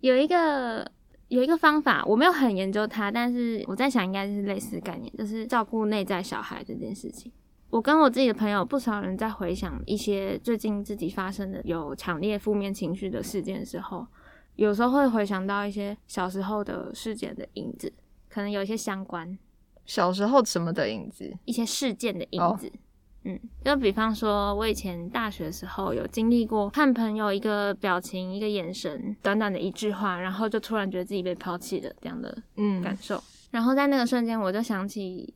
Speaker 1: 有一个有一个方法，我没有很研究它，但是我在想应该是类似概念，就是照顾内在小孩这件事情。我跟我自己的朋友，不少人在回想一些最近自己发生的有强烈负面情绪的事件的时候，有时候会回想到一些小时候的事件的影子，可能有一些相关
Speaker 2: 小时候什么的影子？
Speaker 1: 一些事件的
Speaker 2: 哦
Speaker 1: 影子。嗯，就比方说，我以前大学的时候有经历过，看朋友一个表情、一个眼神，短短的一句话，然后就突然觉得自己被抛弃了这样的感
Speaker 2: 嗯
Speaker 1: 受。然后在那个瞬间，我就想起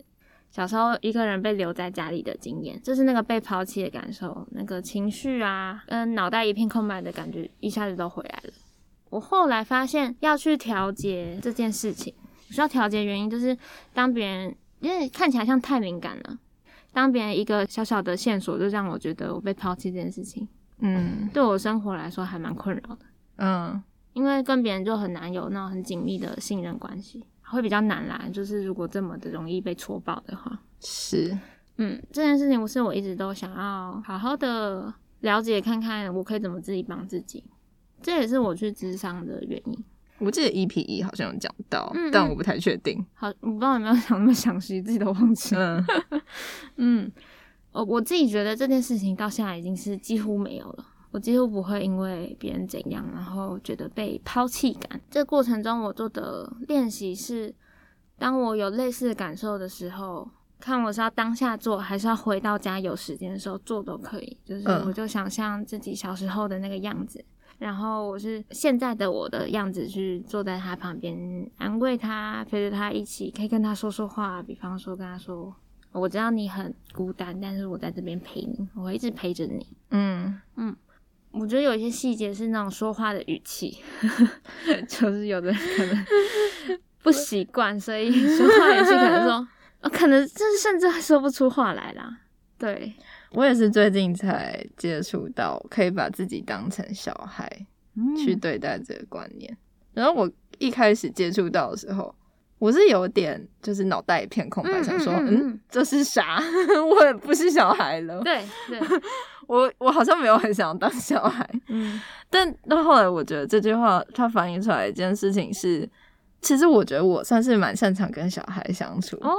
Speaker 1: 小时候一个人被留在家里的经验，就是那个被抛弃的感受，那个情绪啊，跟脑袋一片空白的感觉，一下子都回来了。我后来发现，要去调节这件事情，需要调节原因就是当别人因为看起来像太敏感了，当别人一个小小的线索就让我觉得我被抛弃这件事情，
Speaker 2: 嗯
Speaker 1: 对我生活来说还蛮困扰的。
Speaker 2: 嗯，
Speaker 1: 因为跟别人就很难有那种很紧密的信任关系，会比较难啦。就是如果这么的容易被戳爆的话，
Speaker 2: 是，
Speaker 1: 嗯，这件事情我是我一直都想要好好的了解看看，我可以怎么自己帮自己。这也是我去智商的原因。
Speaker 2: 我记得 EP 一好像有讲到，
Speaker 1: 嗯
Speaker 2: 但
Speaker 1: 嗯
Speaker 2: 我不太确定。
Speaker 1: 好，我不知道有没有想那么详细，自己都忘记了。
Speaker 2: 嗯
Speaker 1: 嗯，我我自己觉得这件事情到现在已经是几乎没有了。我几乎不会因为别人怎样，然后觉得被抛弃感。这过程中我做的练习是，当我有类似的感受的时候，看我是要当下做，还是要回到家有时间的时候做都可以。就是
Speaker 2: 嗯
Speaker 1: 我就想象自己小时候的那个样子，然后我是现在的我的样子去坐在他旁边，安慰他，陪着他一起，可以跟他说说话，比方说跟他说。我知道你很孤单，但是我在这边陪你，我会一直陪着你。
Speaker 2: 嗯，
Speaker 1: 我觉得有一些细节是那种说话的语气， 就是有的人可能不习惯，所以说话语气可能说，呃可能就是甚至说不出话来啦。对，
Speaker 2: 我也是最近才接触到可以把自己当成小孩去
Speaker 1: 嗯
Speaker 2: 对待这个观念。然后我一开始接触到的时候，我是有点就是脑袋一片空白，
Speaker 1: 嗯
Speaker 2: 想说
Speaker 1: 嗯
Speaker 2: 嗯
Speaker 1: 嗯
Speaker 2: 这是啥？ 我也不是小孩了，
Speaker 1: 对对，
Speaker 2: 我我好像没有很想当小孩。
Speaker 1: 嗯
Speaker 2: 但到后来，我觉得这句话它反映出来一件事情是，其实我觉得我算是蛮擅长跟小孩相处，
Speaker 1: 哦，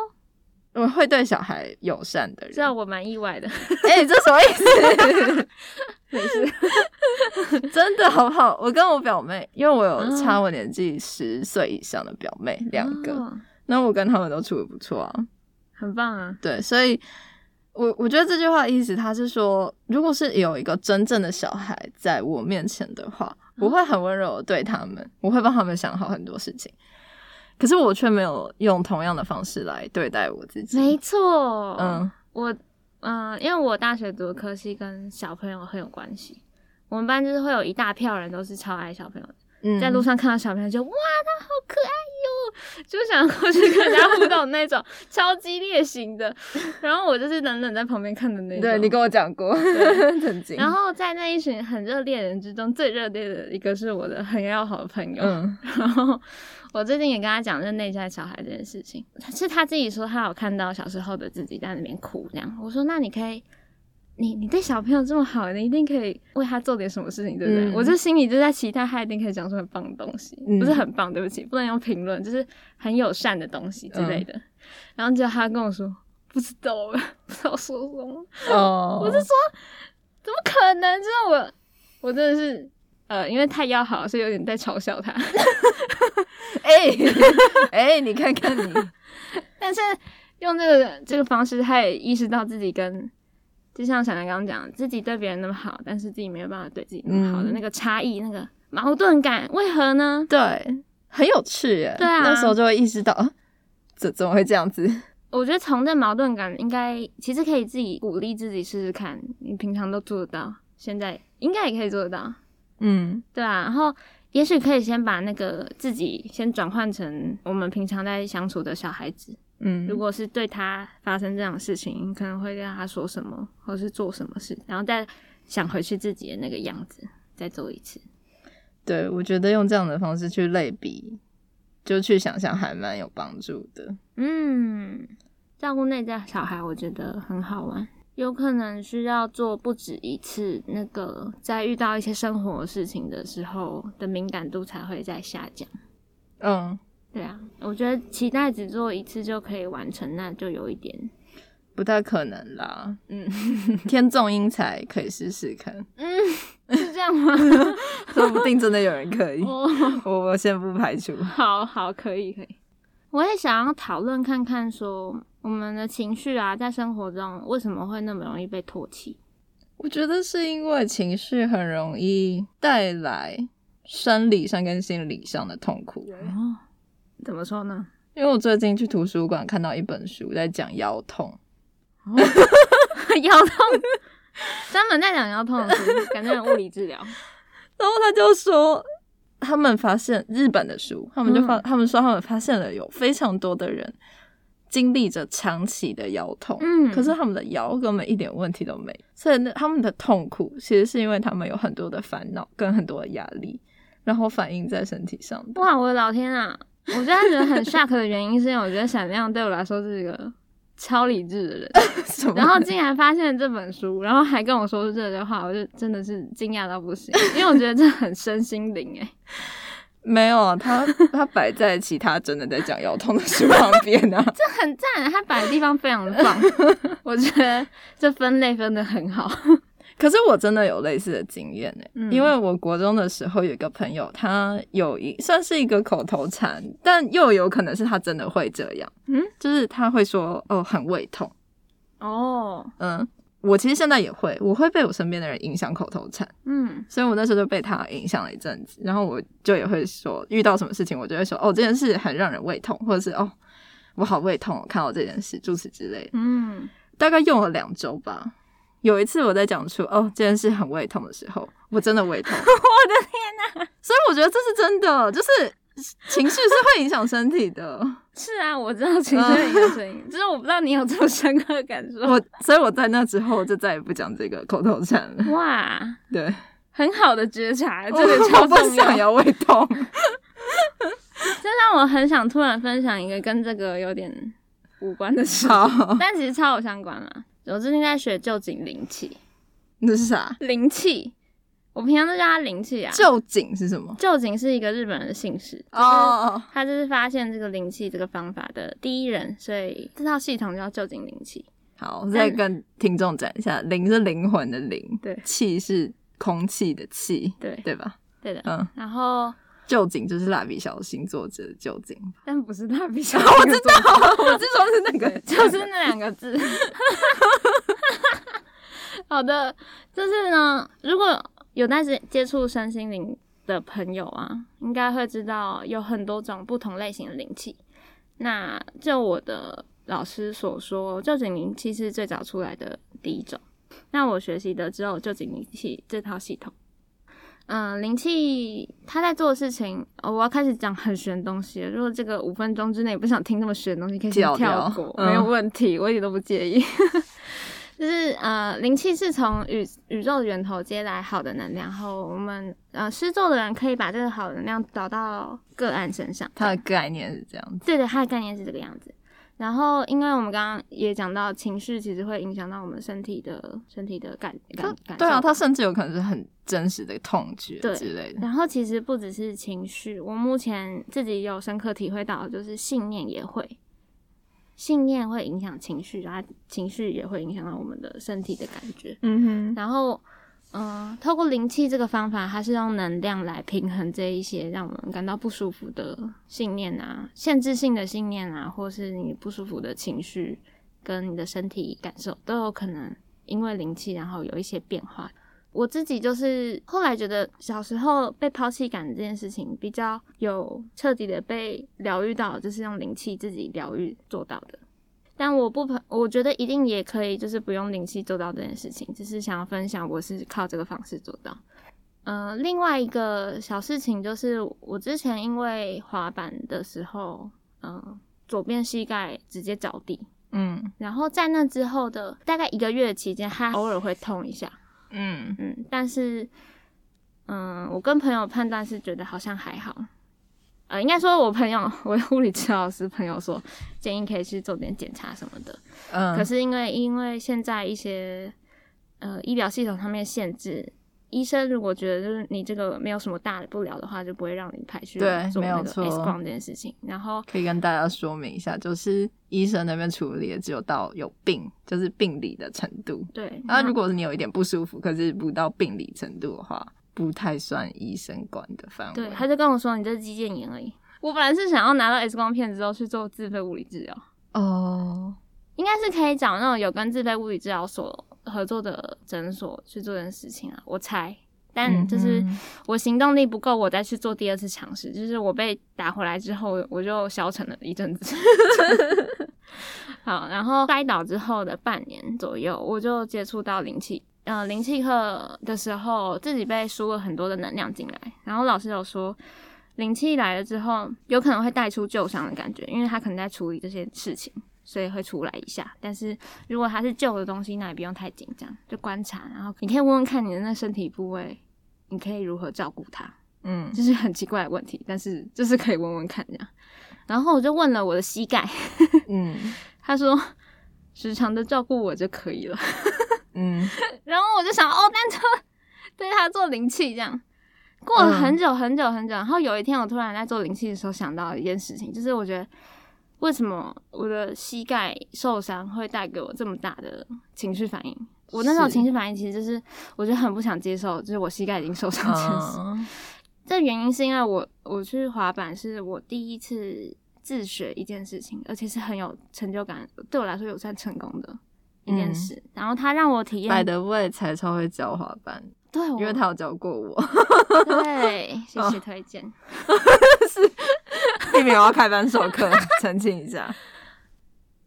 Speaker 2: 我会对小孩友善的人。
Speaker 1: 这让我蛮意外的。
Speaker 2: 哎、这什么意思？ 没事，真的好不好？我跟我表妹，因为我
Speaker 1: 嗯
Speaker 2: 有差我年纪十岁以上的表妹两个，
Speaker 1: 哦
Speaker 2: 那我跟他们都处的不错啊。
Speaker 1: 很棒啊，
Speaker 2: 对，所以我我觉得这句话的意思，他是说，如果是有一个真正的小孩在我面前的话，
Speaker 1: 嗯
Speaker 2: 我会很温柔的对他们，我会帮他们想好很多事情。可是我却没有用同样的方式来对待我自己。
Speaker 1: 没错，
Speaker 2: 嗯，
Speaker 1: 我嗯、因为我大学读的科系跟小朋友很有关系。我们班就是会有一大票人都是超爱小朋友的，
Speaker 2: 嗯，
Speaker 1: 在路上看到小朋友就哇，他好可爱哟，就想过去跟人家互动那种超激烈型的。然后我就是冷冷在旁边看的那种。
Speaker 2: 对你跟我讲过，曾经。
Speaker 1: 然后在那一群很热烈的人之中，最热烈的一个是我的很要好的朋友。
Speaker 2: 嗯，
Speaker 1: 然后我最近也跟他讲，就是内在小孩这件事情，是他自己说他有看到小时候的自己在那边哭，这样。我说那你可以，你你对小朋友这么好，你一定可以为他做点什么事情，对不对？
Speaker 2: 嗯
Speaker 1: 我就心里就在期待他一定可以讲出很棒的东西，
Speaker 2: 嗯
Speaker 1: 不是很棒，对不起，不能用评论，就是很友善的东西之
Speaker 2: 嗯
Speaker 1: 类的。然后结果他跟我说。不知道， 不知道说什么。
Speaker 2: 哦，
Speaker 1: 我是说，怎么可能？就是我，我真的是，呃，因为太要好，所以有点在嘲笑他。
Speaker 2: 哎哎，你看 看你，
Speaker 1: 但是用这个这个方式，他也意识到自己跟，就像小南刚刚讲，自己对别人那么好，但是自己没有办法对自己那么好的
Speaker 2: 嗯
Speaker 1: 那个差异、那个矛盾感，为何呢？
Speaker 2: 对，很有趣耶。
Speaker 1: 对啊
Speaker 2: 那时候就会意识到，啊怎怎么会这样子？
Speaker 1: 我觉得从这矛盾感，应该其实可以自己鼓励自己试试看，你平常都做得到，现在应该也可以做得到，
Speaker 2: 嗯
Speaker 1: 对啊。然后也许可以先把那个自己先转换成我们平常在相处的小孩子，
Speaker 2: 嗯，
Speaker 1: 如果是对他发生这样的事情，你可能会跟他说什么，或是做什么事，然后再想回去自己的那个样子，再做一次。
Speaker 2: 对，我觉得用这样的方式去类比，就去想象还蛮有帮助的。
Speaker 1: 嗯，照顾内在小孩，我觉得很好玩。有可能需要做不止一次，那个在遇到一些生活事情的时候的敏感度才会再下降。
Speaker 2: 嗯，
Speaker 1: 对啊，我觉得期待只做一次就可以完成，那就有一 点，
Speaker 2: 不太可能啦，
Speaker 1: 嗯，
Speaker 2: 天纵英才可以试试看，
Speaker 1: 是这样吗？
Speaker 2: 说不定真的有人可以。
Speaker 1: 哦、
Speaker 2: 我我先不排除。
Speaker 1: 好好，可以可以。我也想要讨论看看，说我们的情绪啊，在生活中为什么会那么容易被唾弃？
Speaker 2: 我觉得是因为情绪很容易带来生理上跟心理上的痛苦。
Speaker 1: 哦，怎么说 呢？
Speaker 2: 因为我最近去图书馆看到一本书在讲腰痛，
Speaker 1: 腰痛，专门在讲腰痛的书，感觉很物理治 疗。
Speaker 2: 然后他就说，他们发现日本的书，他们就发，他们说他们发现了有非常多的人经历着长期的腰痛，
Speaker 1: 嗯
Speaker 2: 可是他们的腰根本一点问题都没有，所以那他们的痛苦其实是因为他们有很多的烦恼跟很多的压力，然后反映在身体上的。
Speaker 1: 哇，我的老天啊！我现在觉得很 shock 的原因，是因为我觉得闪亮对我来说是一个超理智的 人，
Speaker 2: 什么
Speaker 1: 然后竟然发现了这本书，然后还跟我说出这句话，我就真的是惊讶到不行，因为我觉得这很身心灵哎、
Speaker 2: 没有啊，他他摆在其他真的在讲腰痛的书旁边啊，
Speaker 1: 很赞，他摆的地方非常 的棒，我觉得这分类分的很好。
Speaker 2: 可是我真的有类似的经验呢、
Speaker 1: 嗯
Speaker 2: 因为我国中的时候有一个朋友，他有一算是一个口头禅，但又有可能是他真的会这样，
Speaker 1: 嗯，
Speaker 2: 就是他会说哦很胃痛，
Speaker 1: 哦，
Speaker 2: 嗯，我其实现在也会，我会被我身边的人影响口头禅，
Speaker 1: 嗯，
Speaker 2: 所以我那时候就被他影响了一阵子，然后我就也会说遇到什么事情，我就会说哦这件事很让人胃痛，或者是哦我好胃痛，我看到这件事，诸此之类的，
Speaker 1: 嗯，
Speaker 2: 大概用了两周吧。有一次我在讲出哦这件事很胃痛的时候，我真的胃痛，我的 天哪！所以我觉得这是真的，就是情绪是会影响身体的。
Speaker 1: 是啊，我知道情绪的一个声音，只是我不知道你有这么深刻的感受。
Speaker 2: 我所以我在那之后我就再也不讲这个口头禅 了。
Speaker 1: 哇，
Speaker 2: 对，
Speaker 1: 很好的觉察，这
Speaker 2: 我啊
Speaker 1: 个超
Speaker 2: 我不
Speaker 1: 重
Speaker 2: 想
Speaker 1: 要。
Speaker 2: 要胃痛。
Speaker 1: 这让我很想突然分享一个跟这个有点无关的事，
Speaker 2: 好，
Speaker 1: 但其实超有相关啊啦。我最近在学旧景灵气，
Speaker 2: 那是啥？
Speaker 1: 灵气，我平常都叫它灵气啊。
Speaker 2: 旧景是什么？
Speaker 1: 旧景是一个日本人的姓氏，
Speaker 2: 哦，
Speaker 1: 他就是发现这个灵气这个方法的第一人，所以这套系统叫旧景灵气。
Speaker 2: 好，我再跟听众讲一下，灵是灵魂的灵，
Speaker 1: 对
Speaker 2: 气是空气的气，
Speaker 1: 对
Speaker 2: 对吧？
Speaker 1: 对的，
Speaker 2: 嗯，
Speaker 1: 然后
Speaker 2: 旧景就是蜡笔小新作者的旧景，
Speaker 1: 但不是蜡笔 小新，我知道，
Speaker 2: 我之说是那个，
Speaker 1: 就是那两个字。好的，就是呢，如果有在接接触身心灵的朋友啊，应该会知道有很多种不同类型的灵气。那就我的老师所说，旧景灵气是最早出来的第一种。那我学习的只有旧景灵气这套系统。嗯，灵气他在做的事情、哦我要开始讲很玄的东西了。如果这个五分钟之内不想听那么玄的东西，可以先
Speaker 2: 跳
Speaker 1: 跳
Speaker 2: 掉
Speaker 1: 过，
Speaker 2: 嗯
Speaker 1: 没有问题，我一点都不介意。 就是呃，灵气是从宇宇宙的源头接来好的能量，然后我们呃施咒的人可以把这个好能量导到个案身上。
Speaker 2: 它的概念是这样子，
Speaker 1: 对对，它的概念是这个样子。然后，因为我们刚刚也讲到，情绪其实会影响到我们身体的身体的感感感受。
Speaker 2: 对啊，它甚至有可能是很真实的痛觉
Speaker 1: 对
Speaker 2: 之类的，
Speaker 1: 然后其实不只是情绪，我目前自己有深刻体会到，就是信念也会，信念会影响情绪，然后情绪也会影响到我们的身体的感觉。
Speaker 2: 嗯
Speaker 1: 然后，嗯、透过灵气这个方法，它是用能量来平衡这一些让我们感到不舒服的信念啊、限制性的信念啊，或是你不舒服的情绪跟你的身体感受都有可能因为灵气，然后有一些变化。我自己就是后来觉得小时候被抛弃感这件事情比较有彻底的被疗愈到，就是用灵气自己疗愈做到的。但我不朋，我觉得一定也可以，就是不用灵气做到这件事情，只是想要分享我是靠这个方式做到。呃，另外一个小事情就是，我之前因为滑板的时候，嗯、左边膝盖直接着地，
Speaker 2: 嗯
Speaker 1: 然后在那之后的大概一个月期间，它偶尔会痛一下，
Speaker 2: 嗯，
Speaker 1: 嗯，但是，嗯、我跟朋友判断是觉得好像还好。呃，应该说，我朋友，我物理治疗师朋友说，建议可以去做点检查什么的。
Speaker 2: 嗯，
Speaker 1: 可是因为因为现在一些呃医疗系统上面限制，医生如果觉得就是你这个没有什么大不了的话，就不会让你排去
Speaker 2: 对
Speaker 1: 做
Speaker 2: 没
Speaker 1: 那
Speaker 2: 有
Speaker 1: 个
Speaker 2: 错
Speaker 1: X 光这件事情。然后
Speaker 2: 可以跟大家说明一下，就是医生那边处理也只有到有病，就是病理的程度。
Speaker 1: 对，
Speaker 2: 那
Speaker 1: 那
Speaker 2: 啊如果你有一点不舒服，可是不到病理程度的话，不太算医生管的范围。
Speaker 1: 对，他就跟我说你这是肌腱炎而已。我本来是想要拿到 X 光片之后去做自费物理治疗，
Speaker 2: 哦，
Speaker 1: 应该是可以找那种有跟自费物理治疗所合作的诊所去做这件事情啊，我猜。但就是
Speaker 2: 嗯哼
Speaker 1: 我行动力不够，我再去做第二次尝试。就是我被打回来之后，我就消沉了一阵 子。好，然后摔倒之后的半年左右，我就接触到灵气。呃，灵气课的时候，自己被输了很多的能量进来，然后老师有说，灵气来了之后，有可能会带出旧伤的感觉，因为他可能在处理这些事情，所以会出来一下。但是如果它是旧的东西，那也不用太紧张，就观察，然后你可以问问看你的那身体部位，你可以如何照顾它，
Speaker 2: 嗯，
Speaker 1: 这是很奇怪的问题，但是就是可以问问看这样。然后我就问了我的膝盖，
Speaker 2: 嗯
Speaker 1: 他说时常的照顾我就可以了。
Speaker 2: 嗯，
Speaker 1: 然后我就想，哦，但就 对他做灵气这样。过了
Speaker 2: 嗯
Speaker 1: 很久很久很久，然后有一天我突然在做灵气的时候想到一件事情，就是我觉得为什么我的膝盖受伤会带给我这么大的情绪反应？我那时候
Speaker 2: 是
Speaker 1: 情绪反应其实就是我觉得很不想接受，就是我膝盖已经受伤这件事。
Speaker 2: 嗯
Speaker 1: 这原因是因为我我去滑板是我第一次自学一件事情，而且是很有成就感，对我来说有算成功的一件
Speaker 2: 嗯
Speaker 1: 事。然后它让我体验
Speaker 2: 百的位才超会教滑板，
Speaker 1: 对，
Speaker 2: 因为
Speaker 1: 我
Speaker 2: 他有教过我，
Speaker 1: 对，谢谢
Speaker 2: 哦
Speaker 1: 推荐。
Speaker 2: 并没有要开班授课， 澄清一下。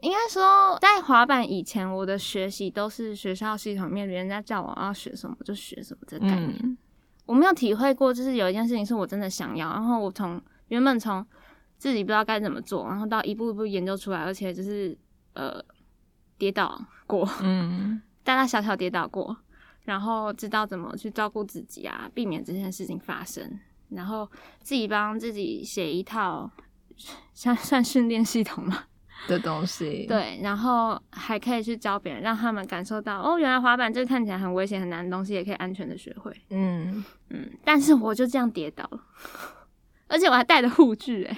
Speaker 1: 应该说，在滑板以前，我的学习都是学校系统里面人家叫我要学什么就学什么这个概念。
Speaker 2: 嗯
Speaker 1: 我没有体会过，就是有一件事情是我真的想要，然后我从原本从自己不知道该怎么做，然后到一步一步研究出来，而且就是呃跌倒过，
Speaker 2: 嗯
Speaker 1: 大大小小跌倒过，然后知道怎么去照顾自己啊，避免这件事情发生。然后自己帮自己写一套，算算训练系统嘛，
Speaker 2: 的东西，，
Speaker 1: 对，然后还可以去教别人，让他们感受到哦，原来滑板这个看起来很危险很难的东西，也可以安全的学会。
Speaker 2: 嗯，
Speaker 1: 嗯，但是我就这样跌倒了，而且我还带了护具、欸，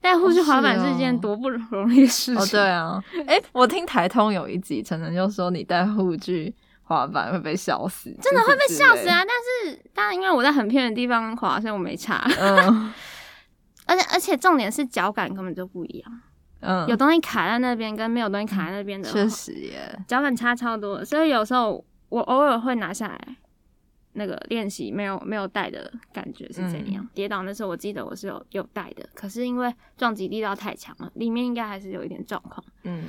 Speaker 1: 带护具
Speaker 2: 哦是
Speaker 1: 滑板是一件
Speaker 2: 哦
Speaker 1: 多不容易的事情。
Speaker 2: 哦，对啊，诶，我听台通有一集，陈晨就说你戴护具滑板会被笑死，真的会 被
Speaker 1: 笑死！啊！但是当然，因为我在很偏远的地方滑，所以我没差。
Speaker 2: 嗯
Speaker 1: 而且而且重点是脚感根本就不一样，
Speaker 2: 嗯，
Speaker 1: 有哦东西卡在那边跟没有东西卡在那边的
Speaker 2: 确实耶，
Speaker 1: 脚感差超多的。所以有时候我偶尔会拿下来那个练习没有没有带的感觉是怎
Speaker 2: 嗯
Speaker 1: 样？跌倒那时候我记得我是有有带的，可是因为撞击力道太强了，里面应该还是有一点状况。
Speaker 2: 嗯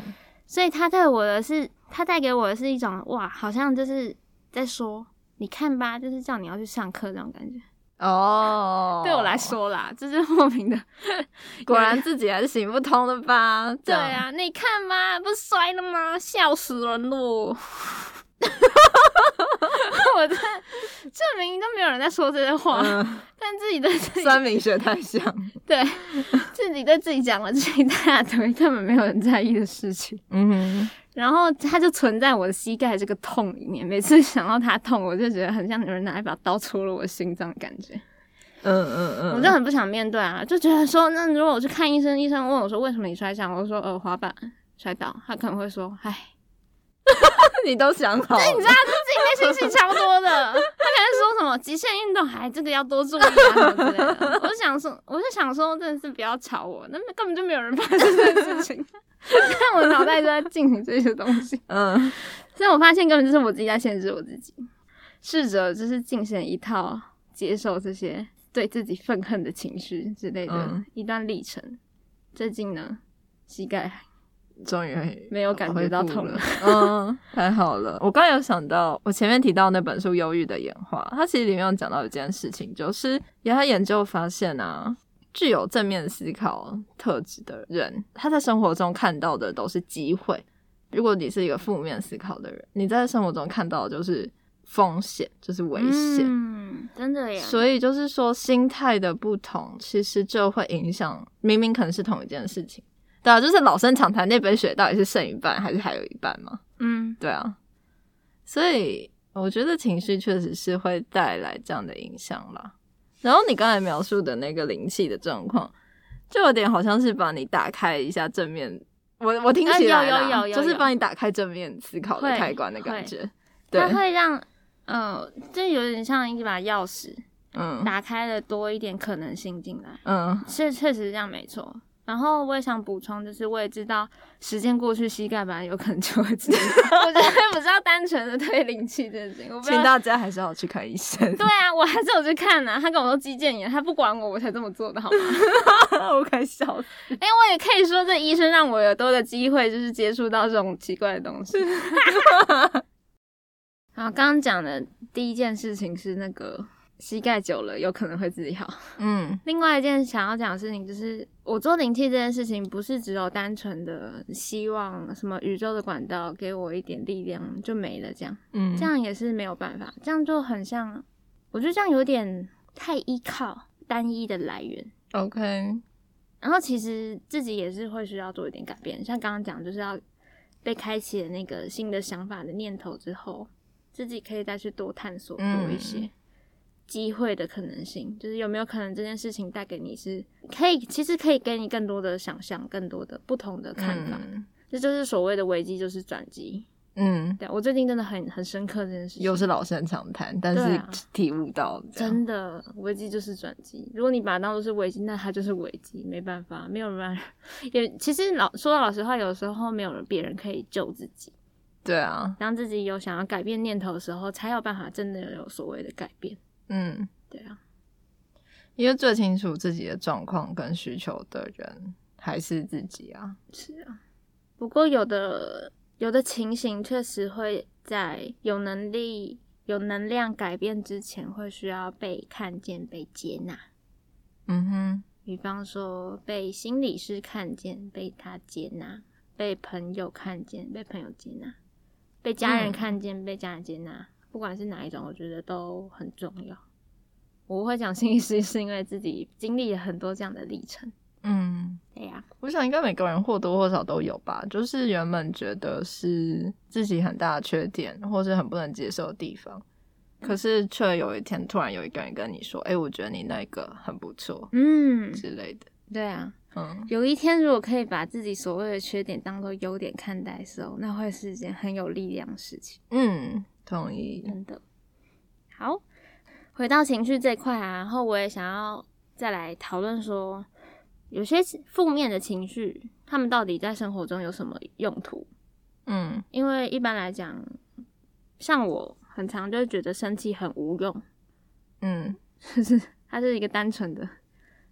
Speaker 1: 所以他对我的是，他带给我的是一种哇，好像就是在说，你看吧，就是叫你要去上课这种感觉。
Speaker 2: 哦，
Speaker 1: 对我来，说啦，这是莫名的。
Speaker 2: 果然自己还是行不通的吧？
Speaker 1: 对
Speaker 2: 这样，
Speaker 1: 啊，你看嘛，不是摔了吗？笑死人 喽！我在这明明都没有人在说这些话，
Speaker 2: 嗯，
Speaker 1: 但自己对自己
Speaker 2: 酸民学太像，
Speaker 1: 对自己对自己讲了这一大堆根本没有人在意的事情，
Speaker 2: 嗯哼，
Speaker 1: 然后它就存在我的膝盖这个痛里面。每次想到它痛，我就觉得很像有人拿一把刀戳了我心脏的感觉。
Speaker 2: 嗯嗯嗯，
Speaker 1: 我就很不想面对啊，就觉得说，那如果我去看医生，医生问我说为什么你摔伤，我就说呃滑板摔倒，他可能会说，哎，
Speaker 2: 你都想好了，
Speaker 1: 你知道自己内心戏超多的，他可能说什么极限运动，还这个要多注意啊什么之类的。我就想说，我就想说，真的是不要吵我，那根本就没有人发生这件事情。但我脑袋就在进行这些东西，
Speaker 2: 嗯，
Speaker 1: 所以我发现根本就是我自己在限制我自己。试着就是进行一套接受这些对自己愤恨的情绪之类的
Speaker 2: 嗯
Speaker 1: 一段历程。最近呢，膝盖
Speaker 2: 终于
Speaker 1: 没有感觉到痛
Speaker 2: 恢
Speaker 1: 了。
Speaker 2: 复了。嗯，太好了。我刚才有想到，我前面提到那本书《忧郁的演化》，它其实里面有讲到一件事情，就是有他研究发现啊，具有正面思考特质的人，他在生活中看到的都是机会。如果你是一个负面思考的人，你在生活中看到的就是风险，就是危险。
Speaker 1: 嗯，真的耶。
Speaker 2: 所以就是说，心态的不同，其实就会影响。明明可能是同一件事情，对啊，就是老生常谈，那杯水到底是剩一半还是还有一半嘛？
Speaker 1: 嗯，
Speaker 2: 对啊，所以我觉得情绪确实是会带来这样的影响啦。然后你刚才描述的那个灵气的状况，就有点好像是把你打开一下正面，我我听起来啦、
Speaker 1: 啊有有有有
Speaker 2: 就是帮你打开正面思考的
Speaker 1: 会
Speaker 2: 开关的感
Speaker 1: 会
Speaker 2: 觉。对
Speaker 1: 它，会让，呃，这有点像一把钥匙，
Speaker 2: 嗯
Speaker 1: 打开了多一点可能性进来，
Speaker 2: 嗯
Speaker 1: 是确实这样没错。然后我也想补充，就是我也知道时间过去，膝盖本来有可能就会这样， 我觉得不是要单纯的推灵气这件事情，我不知
Speaker 2: 请
Speaker 1: 道。
Speaker 2: 大家还是要去看医生。
Speaker 1: 对啊，我还是有去看呢、他跟我说肌腱炎，他不管我，我才这么做的好吗？
Speaker 2: 我快笑死！
Speaker 1: 哎、我也可以说，这医生让我有多的机会，就是接触到这种奇怪的东西。 好，刚刚讲的第一件事情是那个膝盖久了有可能会自己好。
Speaker 2: 嗯
Speaker 1: 另外一件想要讲的事情就是，我做灵气这件事情，不是只有单纯的希望什么宇宙的管道给我一点力量就没了这样。
Speaker 2: 嗯，
Speaker 1: 这样也是没有办法，这样就很像，我觉得这样有点太依靠单一的来源。
Speaker 2: OK，
Speaker 1: 然后其实自己也是会需要做一点改变，像刚刚讲，就是要被开启了那个新的想法的念头之后，自己可以再去多探索
Speaker 2: 嗯
Speaker 1: 多一些机会的可能性，就是有没有可能这件事情带给你是可以，其实可以给你更多的想象，更多的不同的看法，
Speaker 2: 嗯
Speaker 1: 这就是所谓的危机就是转机。
Speaker 2: 嗯，
Speaker 1: 对我最近真的很很深刻这件事情，
Speaker 2: 又是老生常谈，但
Speaker 1: 对
Speaker 2: 是
Speaker 1: 啊
Speaker 2: 体悟到这样
Speaker 1: 真的，危机就是转机。如果你把它当做是危机，那它就是危机，没办法，没有人 也其实老说到老实话，有时候没有人别人可以救自己。
Speaker 2: 对啊，
Speaker 1: 当自己有想要改变念头的时候，才有办法真的有所谓的改变。
Speaker 2: 嗯，
Speaker 1: 对啊，
Speaker 2: 因为最清楚自己的状况跟需求的人还是自己啊。
Speaker 1: 是啊。不过有的有的情形确实会在有能力、有能量改变之前，会需要被看见、被接纳。
Speaker 2: 嗯哼，
Speaker 1: 比方说被心理师看见，被他接纳；被朋友看见，被朋友接纳；被家人
Speaker 2: 嗯
Speaker 1: 看见，被家人接纳。不管是哪一种，我觉得都很重要。我会讲心理师是因为自己经历了很多这样的历程。
Speaker 2: 嗯，
Speaker 1: 对呀、
Speaker 2: 我想应该每个人或多或少都有吧，就是原本觉得是自己很大的缺点，或是很不能接受的地方，可是却有一天突然有一个人跟你说：“哎、我觉得你那个很不错”
Speaker 1: 嗯，
Speaker 2: 之类的。
Speaker 1: 对啊。
Speaker 2: 嗯，
Speaker 1: 有一天如果可以把自己所谓的缺点当做优点看待的时候，那会是一件很有力量的事情。
Speaker 2: 嗯，同意。
Speaker 1: 真的。好，回到情绪这一块啊，然后我也想要再来讨论说，有些负面的情绪，他们到底在生活中有什么用途？
Speaker 2: 嗯
Speaker 1: 因为一般来讲，像我很常就会觉得生气很无用，
Speaker 2: 嗯
Speaker 1: 就是它是一个单纯的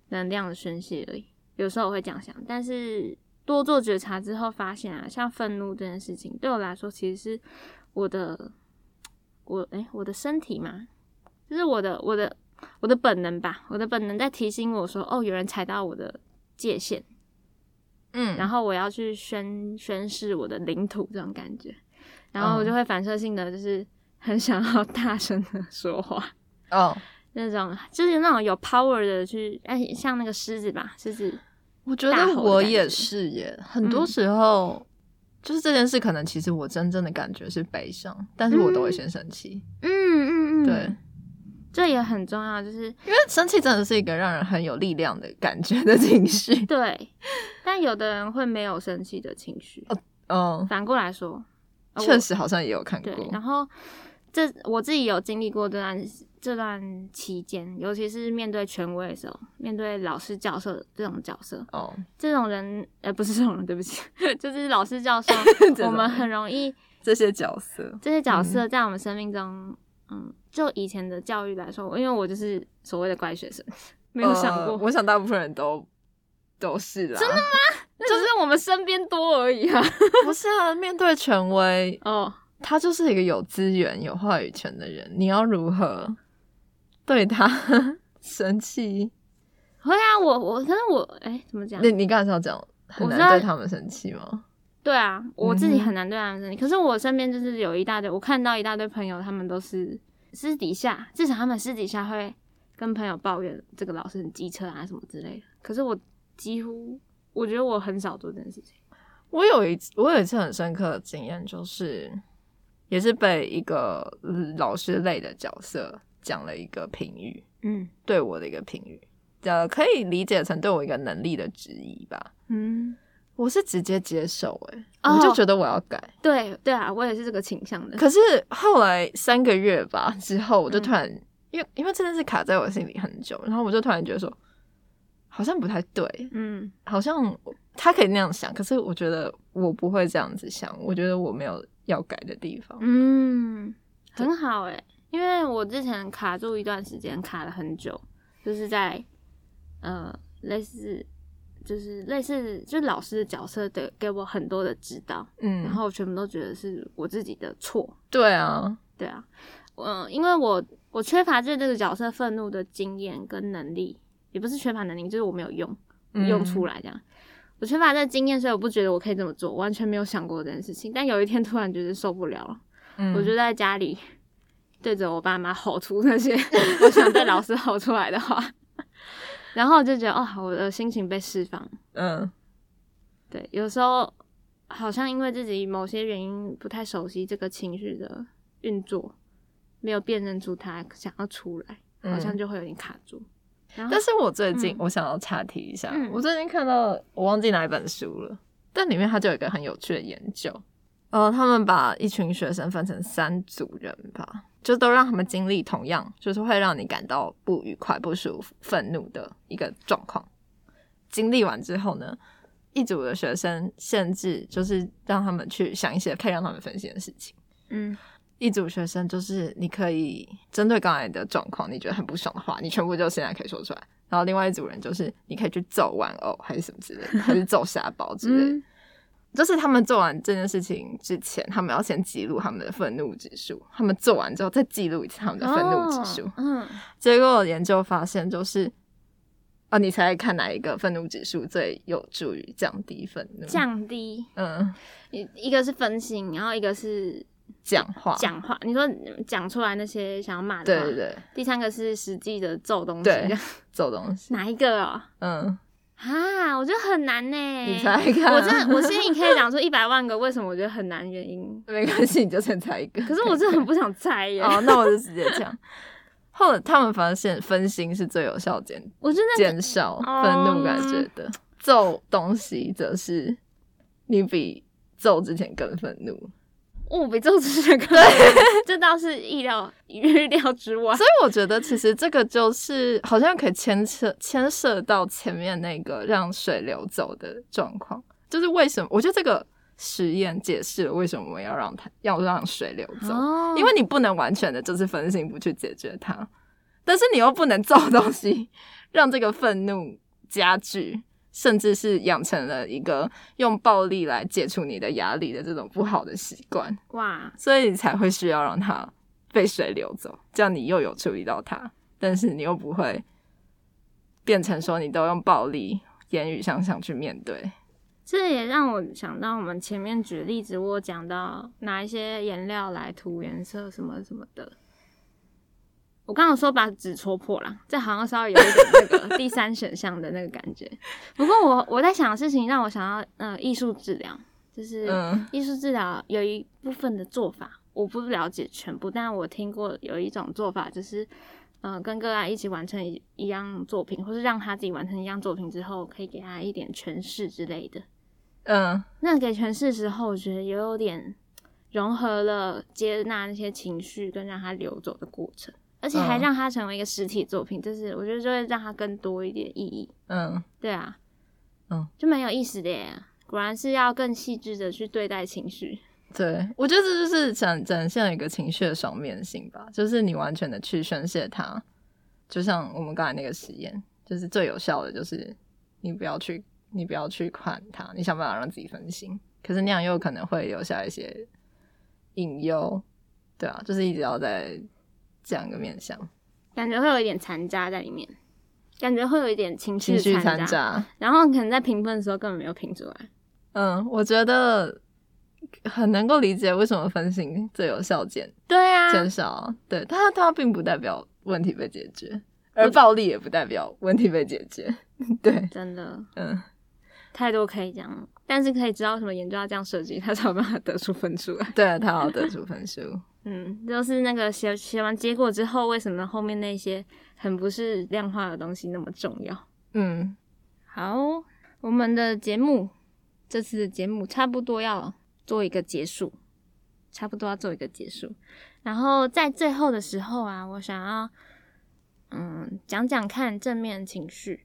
Speaker 1: 能量的宣泄而已。有时候我会这样想，但是多做觉察之后，发现啊，像愤怒这件事情，对我来说其实是我的，我诶、我的身体嘛，就是我的我的我的本能吧，我的本能在提醒我说，哦，有人踩到我的界限，
Speaker 2: 嗯，
Speaker 1: 然
Speaker 2: 后
Speaker 1: 后我要去宣宣示我的领土这种感觉，然后我就会反射性的就是很想要 大声的说话，
Speaker 2: 哦，
Speaker 1: 那种就是那种有 power 的去，哎，像那个狮子吧，狮子，
Speaker 2: 我觉
Speaker 1: 大吼
Speaker 2: 得
Speaker 1: 的
Speaker 2: 我
Speaker 1: 感
Speaker 2: 也
Speaker 1: 觉
Speaker 2: 是耶，很多
Speaker 1: 嗯
Speaker 2: 时候、就是这件事，可能其实我真正的感觉是悲伤，但是我都会先生气。
Speaker 1: 嗯嗯嗯，
Speaker 2: 对，，
Speaker 1: 这也很重要，就是
Speaker 2: 因为生气真的是一个让人很有力量的感觉的情 绪。
Speaker 1: 对，但有的人会没有生气的情绪，
Speaker 2: 嗯，
Speaker 1: 反过来说，呃
Speaker 2: 确
Speaker 1: 我
Speaker 2: 实好像也有看过。
Speaker 1: 对，然后这我自己有经历过这段这段期间，尤其是面对权威的时候，面对老师、教授这种角色，
Speaker 2: 哦，
Speaker 1: 这种人，呃，不是这种人，对不起， 就是老师、 教授
Speaker 2: 这，
Speaker 1: 我
Speaker 2: 种
Speaker 1: 们
Speaker 2: 人
Speaker 1: 很容易
Speaker 2: 这些角色，
Speaker 1: 这些角色在我们生命中，嗯就以前的教育来说，因为我就是所谓的乖学生，没有想过，
Speaker 2: 呃我想大部分人都都是啦。真的吗？
Speaker 1: 那只是我们身边多而已啊。
Speaker 2: 不是啊，面对权威，
Speaker 1: 哦，
Speaker 2: 他就是一个有资源、有话语权的人，你要如何对他 生气？
Speaker 1: 会啊，我我，可是我，哎、怎么讲
Speaker 2: 你？你刚才是要讲很
Speaker 1: 我
Speaker 2: 难
Speaker 1: 知道
Speaker 2: 对他们生气吗？
Speaker 1: 对啊，我自
Speaker 2: 嗯
Speaker 1: 己
Speaker 2: 哼
Speaker 1: 很难对他们生气，可是我身边就是有一大堆，我看到一大堆朋友，他们都是私底下，至少他们私底下会跟朋友抱怨这个老师很机车啊什么之类的。可是我几乎，我觉得我很少做这件事情。
Speaker 2: 我有一次我有一次很深刻的经验，就是也是被一个嗯老师类的角色讲了一个评语，
Speaker 1: 嗯
Speaker 2: 对我的一个评语，呃，可以理解成对我一个能力的质疑吧。
Speaker 1: 嗯，
Speaker 2: 我是直接接受、欸，
Speaker 1: 哦
Speaker 2: 我就觉得我要改。
Speaker 1: 对对啊，我也是这个倾向的。
Speaker 2: 可是后来三个月吧之后，我就
Speaker 1: 嗯
Speaker 2: 突然，因为因为真的是卡在我心里很久，然后我就突然觉得说，好像不太对，
Speaker 1: 嗯
Speaker 2: 好像他可以那样想，可是我觉得我不会这样子想，我觉得我没有要改的地方。
Speaker 1: 嗯，很好哎、因为我之前卡住一段时间，卡了很久，就是在呃类似就是类似就老师的角色的给我很多的指导，
Speaker 2: 嗯，
Speaker 1: 然后我全部都觉得是我自己的错，
Speaker 2: 对啊，
Speaker 1: 对啊，嗯、因为我我缺乏对这个角色愤怒的经验跟能力，也不是缺乏能力，就是我没有用。用出
Speaker 2: 来，
Speaker 1: 来这样。我缺乏这个经验，所以我不觉得我可以这么做，完全没有想过这件事情。但有一天突然觉得受不了了，
Speaker 2: 嗯
Speaker 1: 我就在家里对着我爸妈吼出那些 我想对老师吼出来的话， 然后我就觉得哦，我的心情被释放。
Speaker 2: 嗯
Speaker 1: 对，有时候好像因为自己某些原因不太熟悉这个情绪的运作，没有辨认出它想要出来，
Speaker 2: 嗯
Speaker 1: 好像就会有点卡住。然后
Speaker 2: 但是我最近、
Speaker 1: 嗯
Speaker 2: 我想要岔题一下，
Speaker 1: 嗯
Speaker 2: 我最近看到我忘记哪一本书了，但里面它就有一个很有趣的研究，呃，他们把一群学生分成三组人吧，就都让他们经历同样，就是会让你感到不愉快、不舒服、愤怒的一个状况。经历完之后呢，一组的学生限制就是让他们去想一些可以让他们分心的事情。
Speaker 1: 嗯
Speaker 2: 一组学生就是你可以针对刚才的状况，你觉得很不爽的话，你全部就现在可以说出来。然后另外一组人就是你可以去揍玩偶还是什么之类 的，还是揍沙包之类的。
Speaker 1: 嗯
Speaker 2: 就是他们做完这件事情之前，他们要先记录他们的愤怒指数，他们做完之后再记录一次他们的愤怒指数。
Speaker 1: 哦嗯
Speaker 2: 结果研究发现，就是啊，你猜看哪一个愤怒指数最有助于降低愤怒？
Speaker 1: 降低。
Speaker 2: 嗯，
Speaker 1: 一一个是分心，然后一个是
Speaker 2: 讲话，
Speaker 1: 讲话，你说讲出来那些想要骂的
Speaker 2: 对
Speaker 1: 话。
Speaker 2: 对对，
Speaker 1: 第三个是实际的揍东西，
Speaker 2: 对
Speaker 1: 这 样
Speaker 2: 走东西，
Speaker 1: 哪一个哦？
Speaker 2: 嗯，
Speaker 1: 啊，我觉得很难呢。
Speaker 2: 你猜看
Speaker 1: 哎
Speaker 2: 啊
Speaker 1: 我真的，我心里可以讲出一百万个为什么我觉得很难原因，
Speaker 2: 没关系，你就先猜一个。
Speaker 1: 可是我真的很不想猜耶。
Speaker 2: 哦，那我就直接讲。后来他们发现分心是最有效减
Speaker 1: 我真的
Speaker 2: 减少
Speaker 1: 哦
Speaker 2: 愤怒感觉的，揍东西则是你比揍之前更愤怒，
Speaker 1: 哦我比周之前更， 这倒是意料预料之外。
Speaker 2: 所以我觉得其实这个就是好像可以牵涉牵涉到前面那个让水流走的状况，就是为什么？我觉得这个实验解释了为什么我们要让它要让水流走，
Speaker 1: 哦
Speaker 2: 因为你不能完全的就是分心不去解决它，但是你又不能造东西，让这个愤怒加剧，甚至是养成了一个用暴力来解除你的压力的这种不好的习惯，
Speaker 1: 哇，
Speaker 2: 所以你才会需要让它被水流走，这样你又有处理到它，但是你又不会变成说你都用暴力、言语上想去面对。
Speaker 1: 这也让我想到我们前面举例子，我有讲到拿一些颜料来涂颜色什么什么的。我刚刚有说把纸戳破了，这好像稍微有一点那个第三选项的那个感觉。不过我我在想的事情让我想到，呃，艺术治疗，就是
Speaker 2: 嗯
Speaker 1: 艺术治疗有一部分的做法，我不了解全部，但我听过有一种做法，就是，嗯、跟个案一起完成一一样作品，或是让他自己完成一样作品之后，可以给他一点诠释之类的。
Speaker 2: 嗯，
Speaker 1: 那给诠释时候，我觉得也有点融合了接纳那些情绪跟让它流走的过程，而且还
Speaker 2: 嗯
Speaker 1: 让它成为一个实体作品，就是我觉得就会让它更多一点意义。
Speaker 2: 嗯，
Speaker 1: 对啊，
Speaker 2: 嗯，
Speaker 1: 就蛮有意思的耶。果然是要更细致的去对待情绪。
Speaker 2: 对，我觉得这就是展展现了一个情绪的双面性吧，就是你完全的去宣泄它，就像我们刚才那个实验，就是最有效的就是你不要去，你不要去看它，你想办法让自己分心，可是那样又可能会留下一些隐忧，对啊，就是一直要在这样一个面向，
Speaker 1: 感觉会有一点残渣在里面，感觉会有一点情
Speaker 2: 情
Speaker 1: 绪
Speaker 2: 绪
Speaker 1: 残
Speaker 2: 掺
Speaker 1: 渣，
Speaker 2: 杂，
Speaker 1: 然后可能在评分的时候根本没有评出来。
Speaker 2: 嗯，我觉得很能够理解为什么分心最有效减
Speaker 1: 对啊，
Speaker 2: 减少，对它它并不代表问题被解决，而暴力也不代表问题被解决。 对，
Speaker 1: 真的
Speaker 2: 嗯，
Speaker 1: 太多可以讲了，但是可以知道为什么研究要这样设计，他才有办法得出分数来。
Speaker 2: 对，啊他要 得出分数。
Speaker 1: 嗯，就是那个写写完结果之后，为什么后面那些很不是量化的东西那么重要？
Speaker 2: 嗯，
Speaker 1: 好，我们的节目这次的节目差不多要做一个结束，差不多要做一个结束。然后在最后的时候啊，我想要嗯讲讲看正面情绪。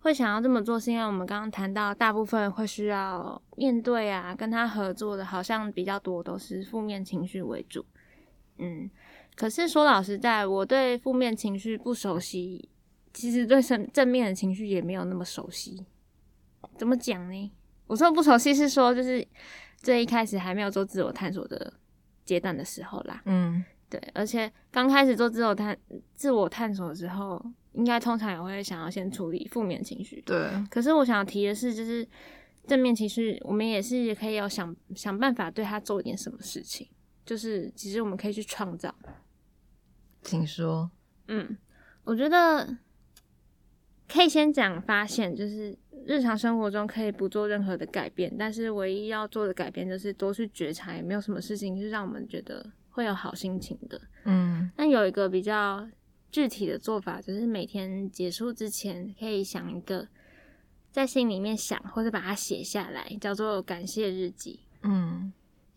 Speaker 1: 会想要这么做，是因为我们刚刚谈到，大部分会需要面对啊，跟他合作的，好像比较多都是负面情绪为主。嗯，可是说老实在，我对负面情绪不熟悉，其实对正正面的情绪也没有那么熟悉。怎么讲呢？我说不熟悉是说就是最一开始还没有做自我探索的阶段的时候啦。
Speaker 2: 嗯，
Speaker 1: 对，而且刚开始做自我探自我探索之后，应该通常也会想要先处理负面情绪。
Speaker 2: 对，
Speaker 1: 可是我想提的是，就是正面情绪，我们也是也可以有想想办法对他做一点什么事情，就是其实我们可以去创造。
Speaker 2: 请说。
Speaker 1: 嗯，我觉得可以先讲发现，就是日常生活中可以不做任何的改变，但是唯一要做的改变就是多去觉察，也没有什么事情是让我们觉得会有好心情的。
Speaker 2: 嗯
Speaker 1: 那有一个比较具体的做法，就是每天结束之前可以想一个，在心里面想，或者把它写下来，叫做感谢日记。
Speaker 2: 嗯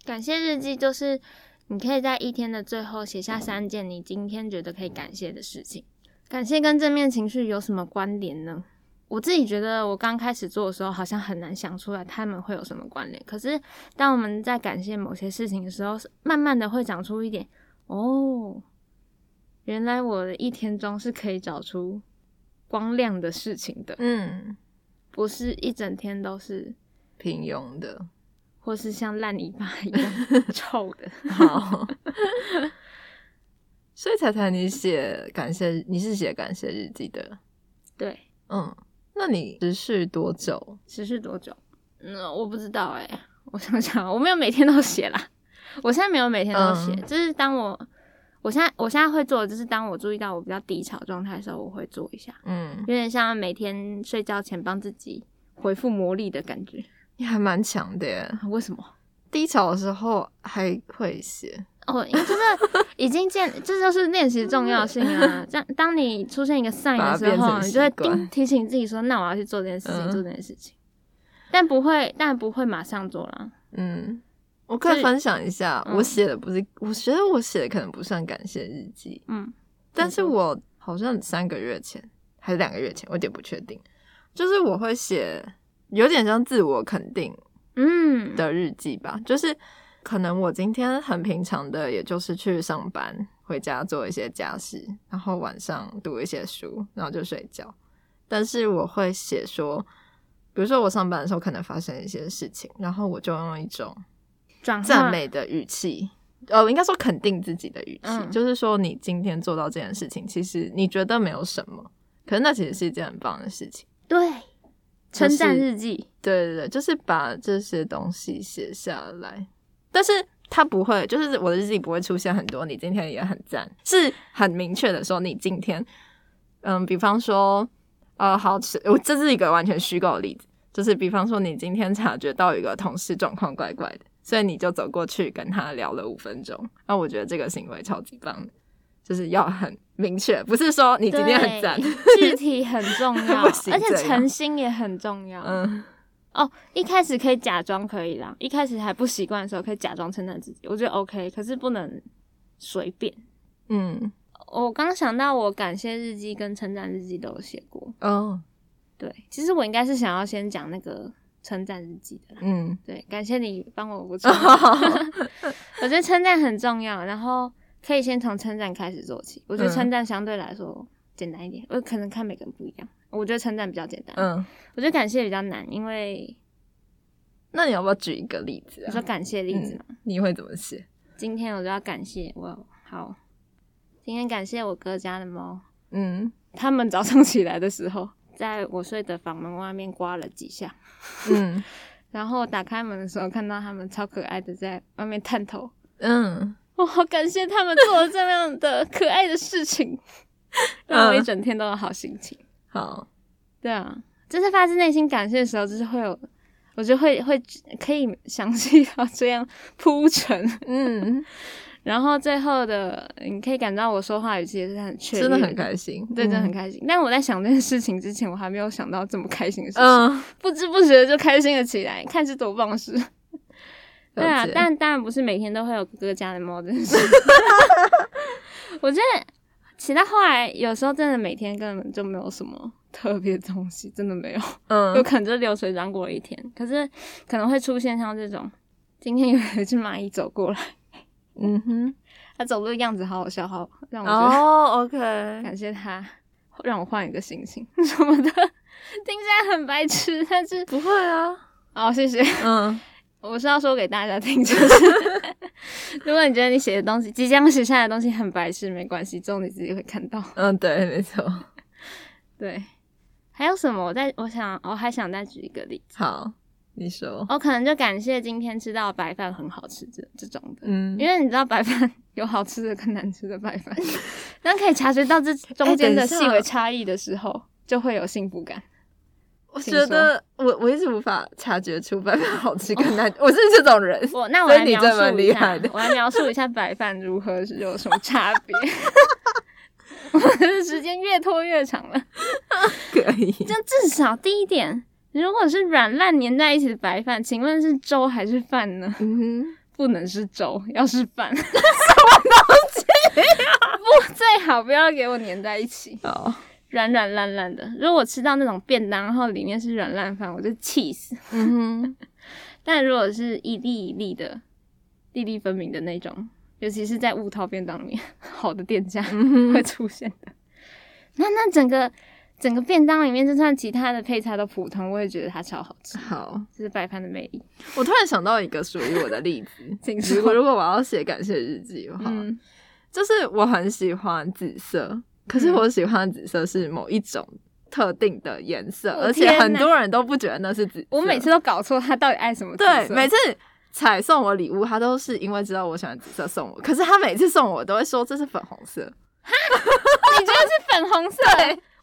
Speaker 1: 感谢日记就是你可以在一天的最后写下三件你今天觉得可以感谢的事情。感谢跟正面情绪有什么关联呢？我自己觉得，我刚开始做的时候好像很难想出来他们会有什么关联。可是，当我们在感谢某些事情的时候，慢慢的会长出一点哦，原来我的一天中是可以找出光亮的事情 的，
Speaker 2: 嗯，
Speaker 1: 不是一整天都是，
Speaker 2: 平庸的。
Speaker 1: 或是像烂泥巴一样臭的。
Speaker 2: 好， 所以彩彩，你写感谢，你是写感谢日记的。
Speaker 1: 对，
Speaker 2: 嗯，那你持续多久？
Speaker 1: 欸持续多久？嗯，我不知道哎、我想想，我没有每天都写啦，我现在没有每天都写，
Speaker 2: 嗯
Speaker 1: 就是当我我现在我现在会做的就是，当我注意到我比较低潮状态的时候，我会做一下，
Speaker 2: 嗯，
Speaker 1: 有点像每天睡觉前帮自己回复魔力的感 觉。
Speaker 2: 你还蛮强的耶。
Speaker 1: 为什么？
Speaker 2: 低潮的时候还会写，
Speaker 1: 哦，因为真的已经见， 这就是练习的重要性啊！这样，当你出现一个 sign
Speaker 2: 把它
Speaker 1: 的时
Speaker 2: 变
Speaker 1: 候，
Speaker 2: 成
Speaker 1: 你就会
Speaker 2: 习惯
Speaker 1: 叮提醒自己说：“那我要去做这件事情，
Speaker 2: 嗯
Speaker 1: 做这件事情。”但不会，但不会马上做啦。
Speaker 2: 嗯，我可
Speaker 1: 是
Speaker 2: 以分享一下，
Speaker 1: 嗯
Speaker 2: 我写的不是，我觉得我写的可能不算感谢日记，
Speaker 1: 嗯
Speaker 2: 但是
Speaker 1: 嗯
Speaker 2: 我好像三个月前还是两个月前，我有点不确定，就是我会写有点像自我肯定
Speaker 1: 嗯，
Speaker 2: 的日记吧，就是可能我今天很平常的，也就是去上班，回家做一些家事，然后晚上读一些书，然后就睡觉。但是我会写说，比如说我上班的时候可能发生一些事情，然后我就用一种
Speaker 1: 转
Speaker 2: 赞
Speaker 1: 化
Speaker 2: 美的语气，呃，应该说肯定自己的语气，
Speaker 1: 嗯
Speaker 2: 就是说你今天做到这件事情，其实你觉得没有什么，可是那其实是一件很棒的事情。
Speaker 1: 对，
Speaker 2: 就
Speaker 1: 称
Speaker 2: 是
Speaker 1: 赞日记。
Speaker 2: 对对对，就是把这些东西写下来，但是它不会，就是我的日记不会出现很多。你今天也很赞，是很明确的说你今天，嗯，比方说，呃，好吃，我这是一个完全虚构的例子，就是比方说你今天察觉到一个同事状况怪怪的，所以你就走过去跟他聊了五分钟，那我觉得这个行为超级棒的，就是要很明确，不是说你今天很赞，
Speaker 1: 对具体很 重要，
Speaker 2: 不行
Speaker 1: 而且
Speaker 2: 这样
Speaker 1: 诚心也很重要。
Speaker 2: 嗯
Speaker 1: 哦，一开始可以假装可以啦，一开始还不习惯的时候可以假装称赞自己，我觉得 OK，可是不能随便。
Speaker 2: 嗯
Speaker 1: 我刚想到，我感谢日记跟称赞日记都有写过。
Speaker 2: 哦
Speaker 1: 对，其实我应该是想要先讲那个称赞日记的啦。
Speaker 2: 嗯
Speaker 1: 对，感谢你帮我 我错， 我觉得称赞很重要，然后可以先从称赞开始做起。我觉得
Speaker 2: 嗯
Speaker 1: 称赞相对来说简单一点，我可能看每个人不一样。我觉得称赞比较简单，
Speaker 2: 嗯。
Speaker 1: 我觉得感谢比较难，因为
Speaker 2: 那你要不要举一个例子
Speaker 1: 你
Speaker 2: 啊？
Speaker 1: 说感谢例子嘛，
Speaker 2: 你会怎么写？
Speaker 1: 今天我就要感谢我好，今天感谢我哥家的猫，
Speaker 2: 嗯
Speaker 1: 他们早上 起来的时候，在我睡的房门外面刮了几下，
Speaker 2: 嗯
Speaker 1: 然后打开门的时候看到他们超可爱的在外面探头，
Speaker 2: 嗯，
Speaker 1: 我好感谢他们做了这样的可爱的事 情，让我一整天都有好心情。
Speaker 2: 好，
Speaker 1: 对啊，就是发自内心感谢的时候，就是会有，我就会会可以详细到这样铺陈，
Speaker 2: 嗯，
Speaker 1: 然后最后的你可以感到我说话语气也是很雀跃，
Speaker 2: 真的很开心，
Speaker 1: 对，真的很
Speaker 2: 开
Speaker 1: 开心。但我在想这件事情之前，我还没有想到这么开心的事情，
Speaker 2: 嗯，
Speaker 1: 不知不觉就开心了起来，看是多棒的事。对啊
Speaker 2: 了解，
Speaker 1: 但当然不是每天都会有哥哥家的猫这件 事。我觉得，其他后来有时候真的每天根本就没有什么特别的东西，真的没有，有
Speaker 2: 嗯
Speaker 1: 可能就流水账过了一天。可是可能会出现像这种，今天有一只蚂蚁走过来，
Speaker 2: 嗯哼，
Speaker 1: 它走路的样子好好笑，好让我觉得
Speaker 2: 哦，OK，
Speaker 1: 感谢他让我换一个心情什么的，听起来很白痴，但是
Speaker 2: 不会啊，
Speaker 1: 哦，谢谢，
Speaker 2: 嗯
Speaker 1: 我是要说给大家听，就是 如果你觉得你写的东西即将写下来的东西很白痴，没关系，之后你自己会看到。
Speaker 2: 嗯，对，没错，
Speaker 1: 对，还有什么？我再我想，我还想再举一个例子，
Speaker 2: 好，你说，
Speaker 1: 我、可能就感谢今天吃到的白饭很好吃这这种的。
Speaker 2: 嗯
Speaker 1: 因，为你知道白饭有好吃的跟难吃的白 饭，当可以察觉到这中
Speaker 2: 哎
Speaker 1: 间
Speaker 2: 等一
Speaker 1: 的
Speaker 2: 下
Speaker 1: 细微差异的时候，就会有幸福感。
Speaker 2: 我
Speaker 1: 请
Speaker 2: 觉得我我一直无法察觉出白饭好吃
Speaker 1: 哦
Speaker 2: 跟难，我是这种人，
Speaker 1: 我那我
Speaker 2: 所以
Speaker 1: 来
Speaker 2: 你
Speaker 1: 描
Speaker 2: 这么
Speaker 1: 述一
Speaker 2: 厉
Speaker 1: 下
Speaker 2: 害的，
Speaker 1: 我来描述一下白饭如何是有什么差别。 我的时间越拖越长了，
Speaker 2: 可以，
Speaker 1: 就至少第一点，如果是软烂粘在一起的白饭，请问是粥还是饭呢？
Speaker 2: 嗯
Speaker 1: 不能是粥，要是饭， 什么东西、不，最好不要给我粘在一起，
Speaker 2: 哼，好，
Speaker 1: 软软烂烂的。如果我吃到那种便当，然后里面是软烂饭，我就气死。
Speaker 2: 嗯哼，
Speaker 1: 但如果是一粒一粒的、粒粒分明的那种，尤其是在雾涛便当里面， 好的店家
Speaker 2: 嗯
Speaker 1: 会
Speaker 2: 哼，
Speaker 1: 出现的。那那整个整个便当里面，就算其他的配菜都普通，我也觉得它超好吃，
Speaker 2: 好。
Speaker 1: 这是白饭的魅力。
Speaker 2: 我突然想到一个属于我的例子，
Speaker 1: 请
Speaker 2: 如果
Speaker 1: 说。
Speaker 2: 如果我要写感谢日记的话，
Speaker 1: 嗯
Speaker 2: 就是啊我很喜欢紫色，可是
Speaker 1: 嗯
Speaker 2: 我喜欢的紫色是某一种特定的颜色，
Speaker 1: 我
Speaker 2: 而且
Speaker 1: 哦天哪
Speaker 2: 很多人都不觉得那是紫色。
Speaker 1: 我每次都搞错他到底爱什么紫
Speaker 2: 对
Speaker 1: 色。
Speaker 2: 每次彩送我礼物，他都是因为知道我喜欢紫色送我，可是他每次送我都会说这是粉红色，
Speaker 1: 你觉得是粉红色？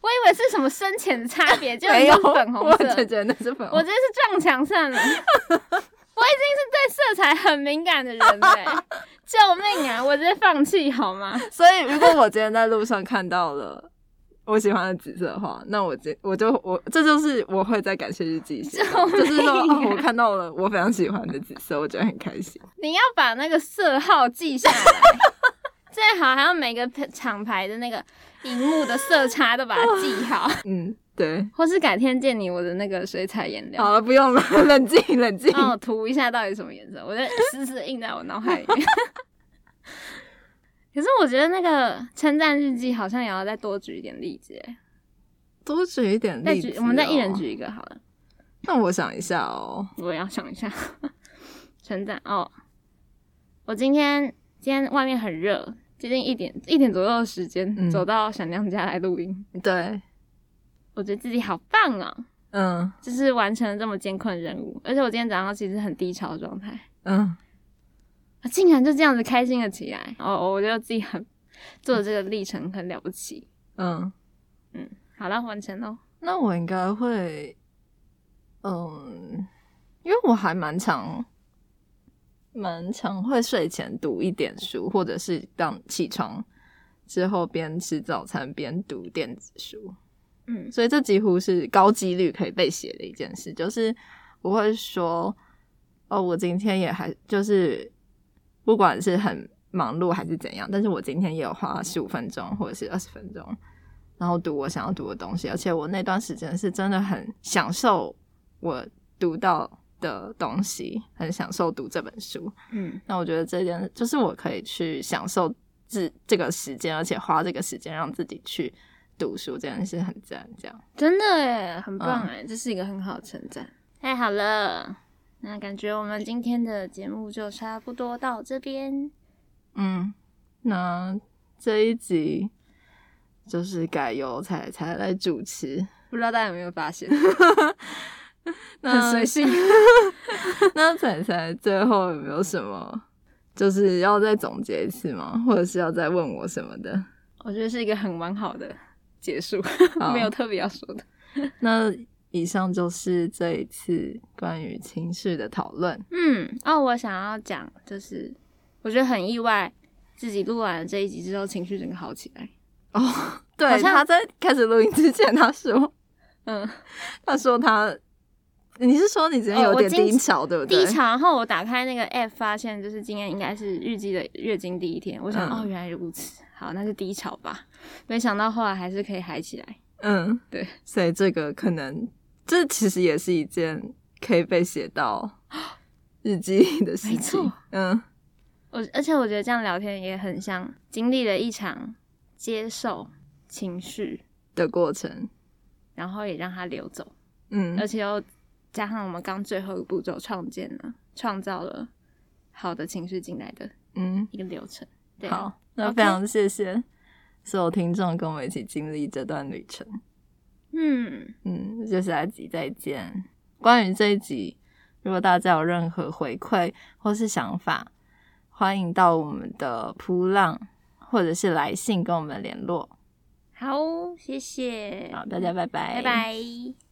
Speaker 1: 我以为是什么深浅的差别，就
Speaker 2: 没有
Speaker 1: 粉红
Speaker 2: 我
Speaker 1: 色。
Speaker 2: 只觉得那是粉红
Speaker 1: 我
Speaker 2: 色。
Speaker 1: 真是撞墙 上了。我已经是对色彩很敏感的人了、欸 救命啊！我直接放弃好吗？
Speaker 2: 所以如果我今天在路上看到了我喜欢的紫色的话，那我这我就我这就是我会在感谢日记写到，
Speaker 1: 救命啊
Speaker 2: 就是说、哦、我看到了我非常喜欢的紫色，我觉得很开心。
Speaker 1: 你要把那个色号记下来，最好还要每个厂牌的那个荧幕的色差都把它记 好，
Speaker 2: 嗯，对，
Speaker 1: 或是改天见你我的那个水彩颜料，
Speaker 2: 好了，不用了，冷静冷静。
Speaker 1: 帮我涂一下到底什么颜色，我就死死印在我脑 海里。可是我觉得那个称赞日记好像也要再多举一点例子耶，欸
Speaker 2: 多举一点
Speaker 1: 再
Speaker 2: 例子、哦
Speaker 1: 举我们再一人。举一个好了。
Speaker 2: 那我想一下哦，
Speaker 1: 我也要想一下，称赞哦。我今天今天外面很热，接近一点一点左右的时间、
Speaker 2: 嗯
Speaker 1: 走到闪亮家来录音，
Speaker 2: 对，
Speaker 1: 我觉得自己好棒哦，
Speaker 2: 嗯
Speaker 1: 就是完成了这么艰困的任务。而且我今天早上其实很低潮的状态，
Speaker 2: 嗯，
Speaker 1: 啊竟然就这样子开心了起来。哦，我觉得自己很 做的这个历程很了不起。
Speaker 2: 嗯，
Speaker 1: 好了，完成喽。
Speaker 2: 那我应该会，嗯，因为我还蛮常，蛮常会睡前读一点书，或者是当起床之后边吃早餐边读电子书，
Speaker 1: 嗯
Speaker 2: 所以这几乎是高几率可以被写的一件事。就是我会说，哦，我今天也还就是，不管是很忙碌还是怎样，但是我今天也有花十五分钟或者是二十分钟，然后读我想要读的东西，而且我那段时间是真的很享受我读到的东西，很享受读这本书。
Speaker 1: 嗯
Speaker 2: 那我觉得这件就是我可以去享受这这个时间，而且花这个时间让自己去读书，这件事很赞。这样，
Speaker 1: 真的耶，很棒哎、这是一个很好的称赞。太好了，那感觉我们今天的节目就差不多到这边。
Speaker 2: 嗯，那这一集就是改由彩彩来主持，
Speaker 1: 不知道大家有没有发 现，
Speaker 2: 那
Speaker 1: 很随性。
Speaker 2: 那彩彩最后有没有什么？就是要再总结一次吗？或者是要再问我什么的？
Speaker 1: 我觉得是一个很完好的结 束
Speaker 2: 好，
Speaker 1: 没有特别要说的。
Speaker 2: 那以上就是这一次关于情绪的讨论。
Speaker 1: 嗯，哦，我想要讲，就是我觉得很意外，自己录完了这一集之后，情绪整个好起来。好
Speaker 2: 对，
Speaker 1: 像
Speaker 2: 他在开始录音之前，他说，
Speaker 1: 嗯，
Speaker 2: 他说他，你是说你今天有
Speaker 1: 哦我
Speaker 2: 点
Speaker 1: 今
Speaker 2: 低潮，对不对？
Speaker 1: 低潮，然后我打开那个 app，发现就是今天应该是预计的月经第一天。我想，
Speaker 2: 嗯
Speaker 1: 哦，原来如此，好，那就低潮吧。没想到后来还是可以嗨起来。
Speaker 2: 嗯，
Speaker 1: 对。
Speaker 2: 所以这个可能，这其实也是一件可以被写到日记里的事
Speaker 1: 没
Speaker 2: 情
Speaker 1: 错。
Speaker 2: 嗯
Speaker 1: 我而且我觉得这样聊天也很像经历了一场接受情绪，
Speaker 2: 的过程，
Speaker 1: 然后也让它流走，
Speaker 2: 嗯
Speaker 1: 而且又加上我们刚最后一个步骤创建了，创造了好的情绪进来的
Speaker 2: 嗯，
Speaker 1: 一个流程。对，
Speaker 2: 好，，那
Speaker 1: OK
Speaker 2: 非常谢谢所有听众跟我们一起经历这段旅程。
Speaker 1: 嗯，
Speaker 2: 嗯，就下一集再见。关于这一集，如果大家有任何回馈或是想法，欢迎到我们的扑浪或者是来信跟我们联络。
Speaker 1: 好，谢谢，
Speaker 2: 好，大家拜拜，
Speaker 1: 拜拜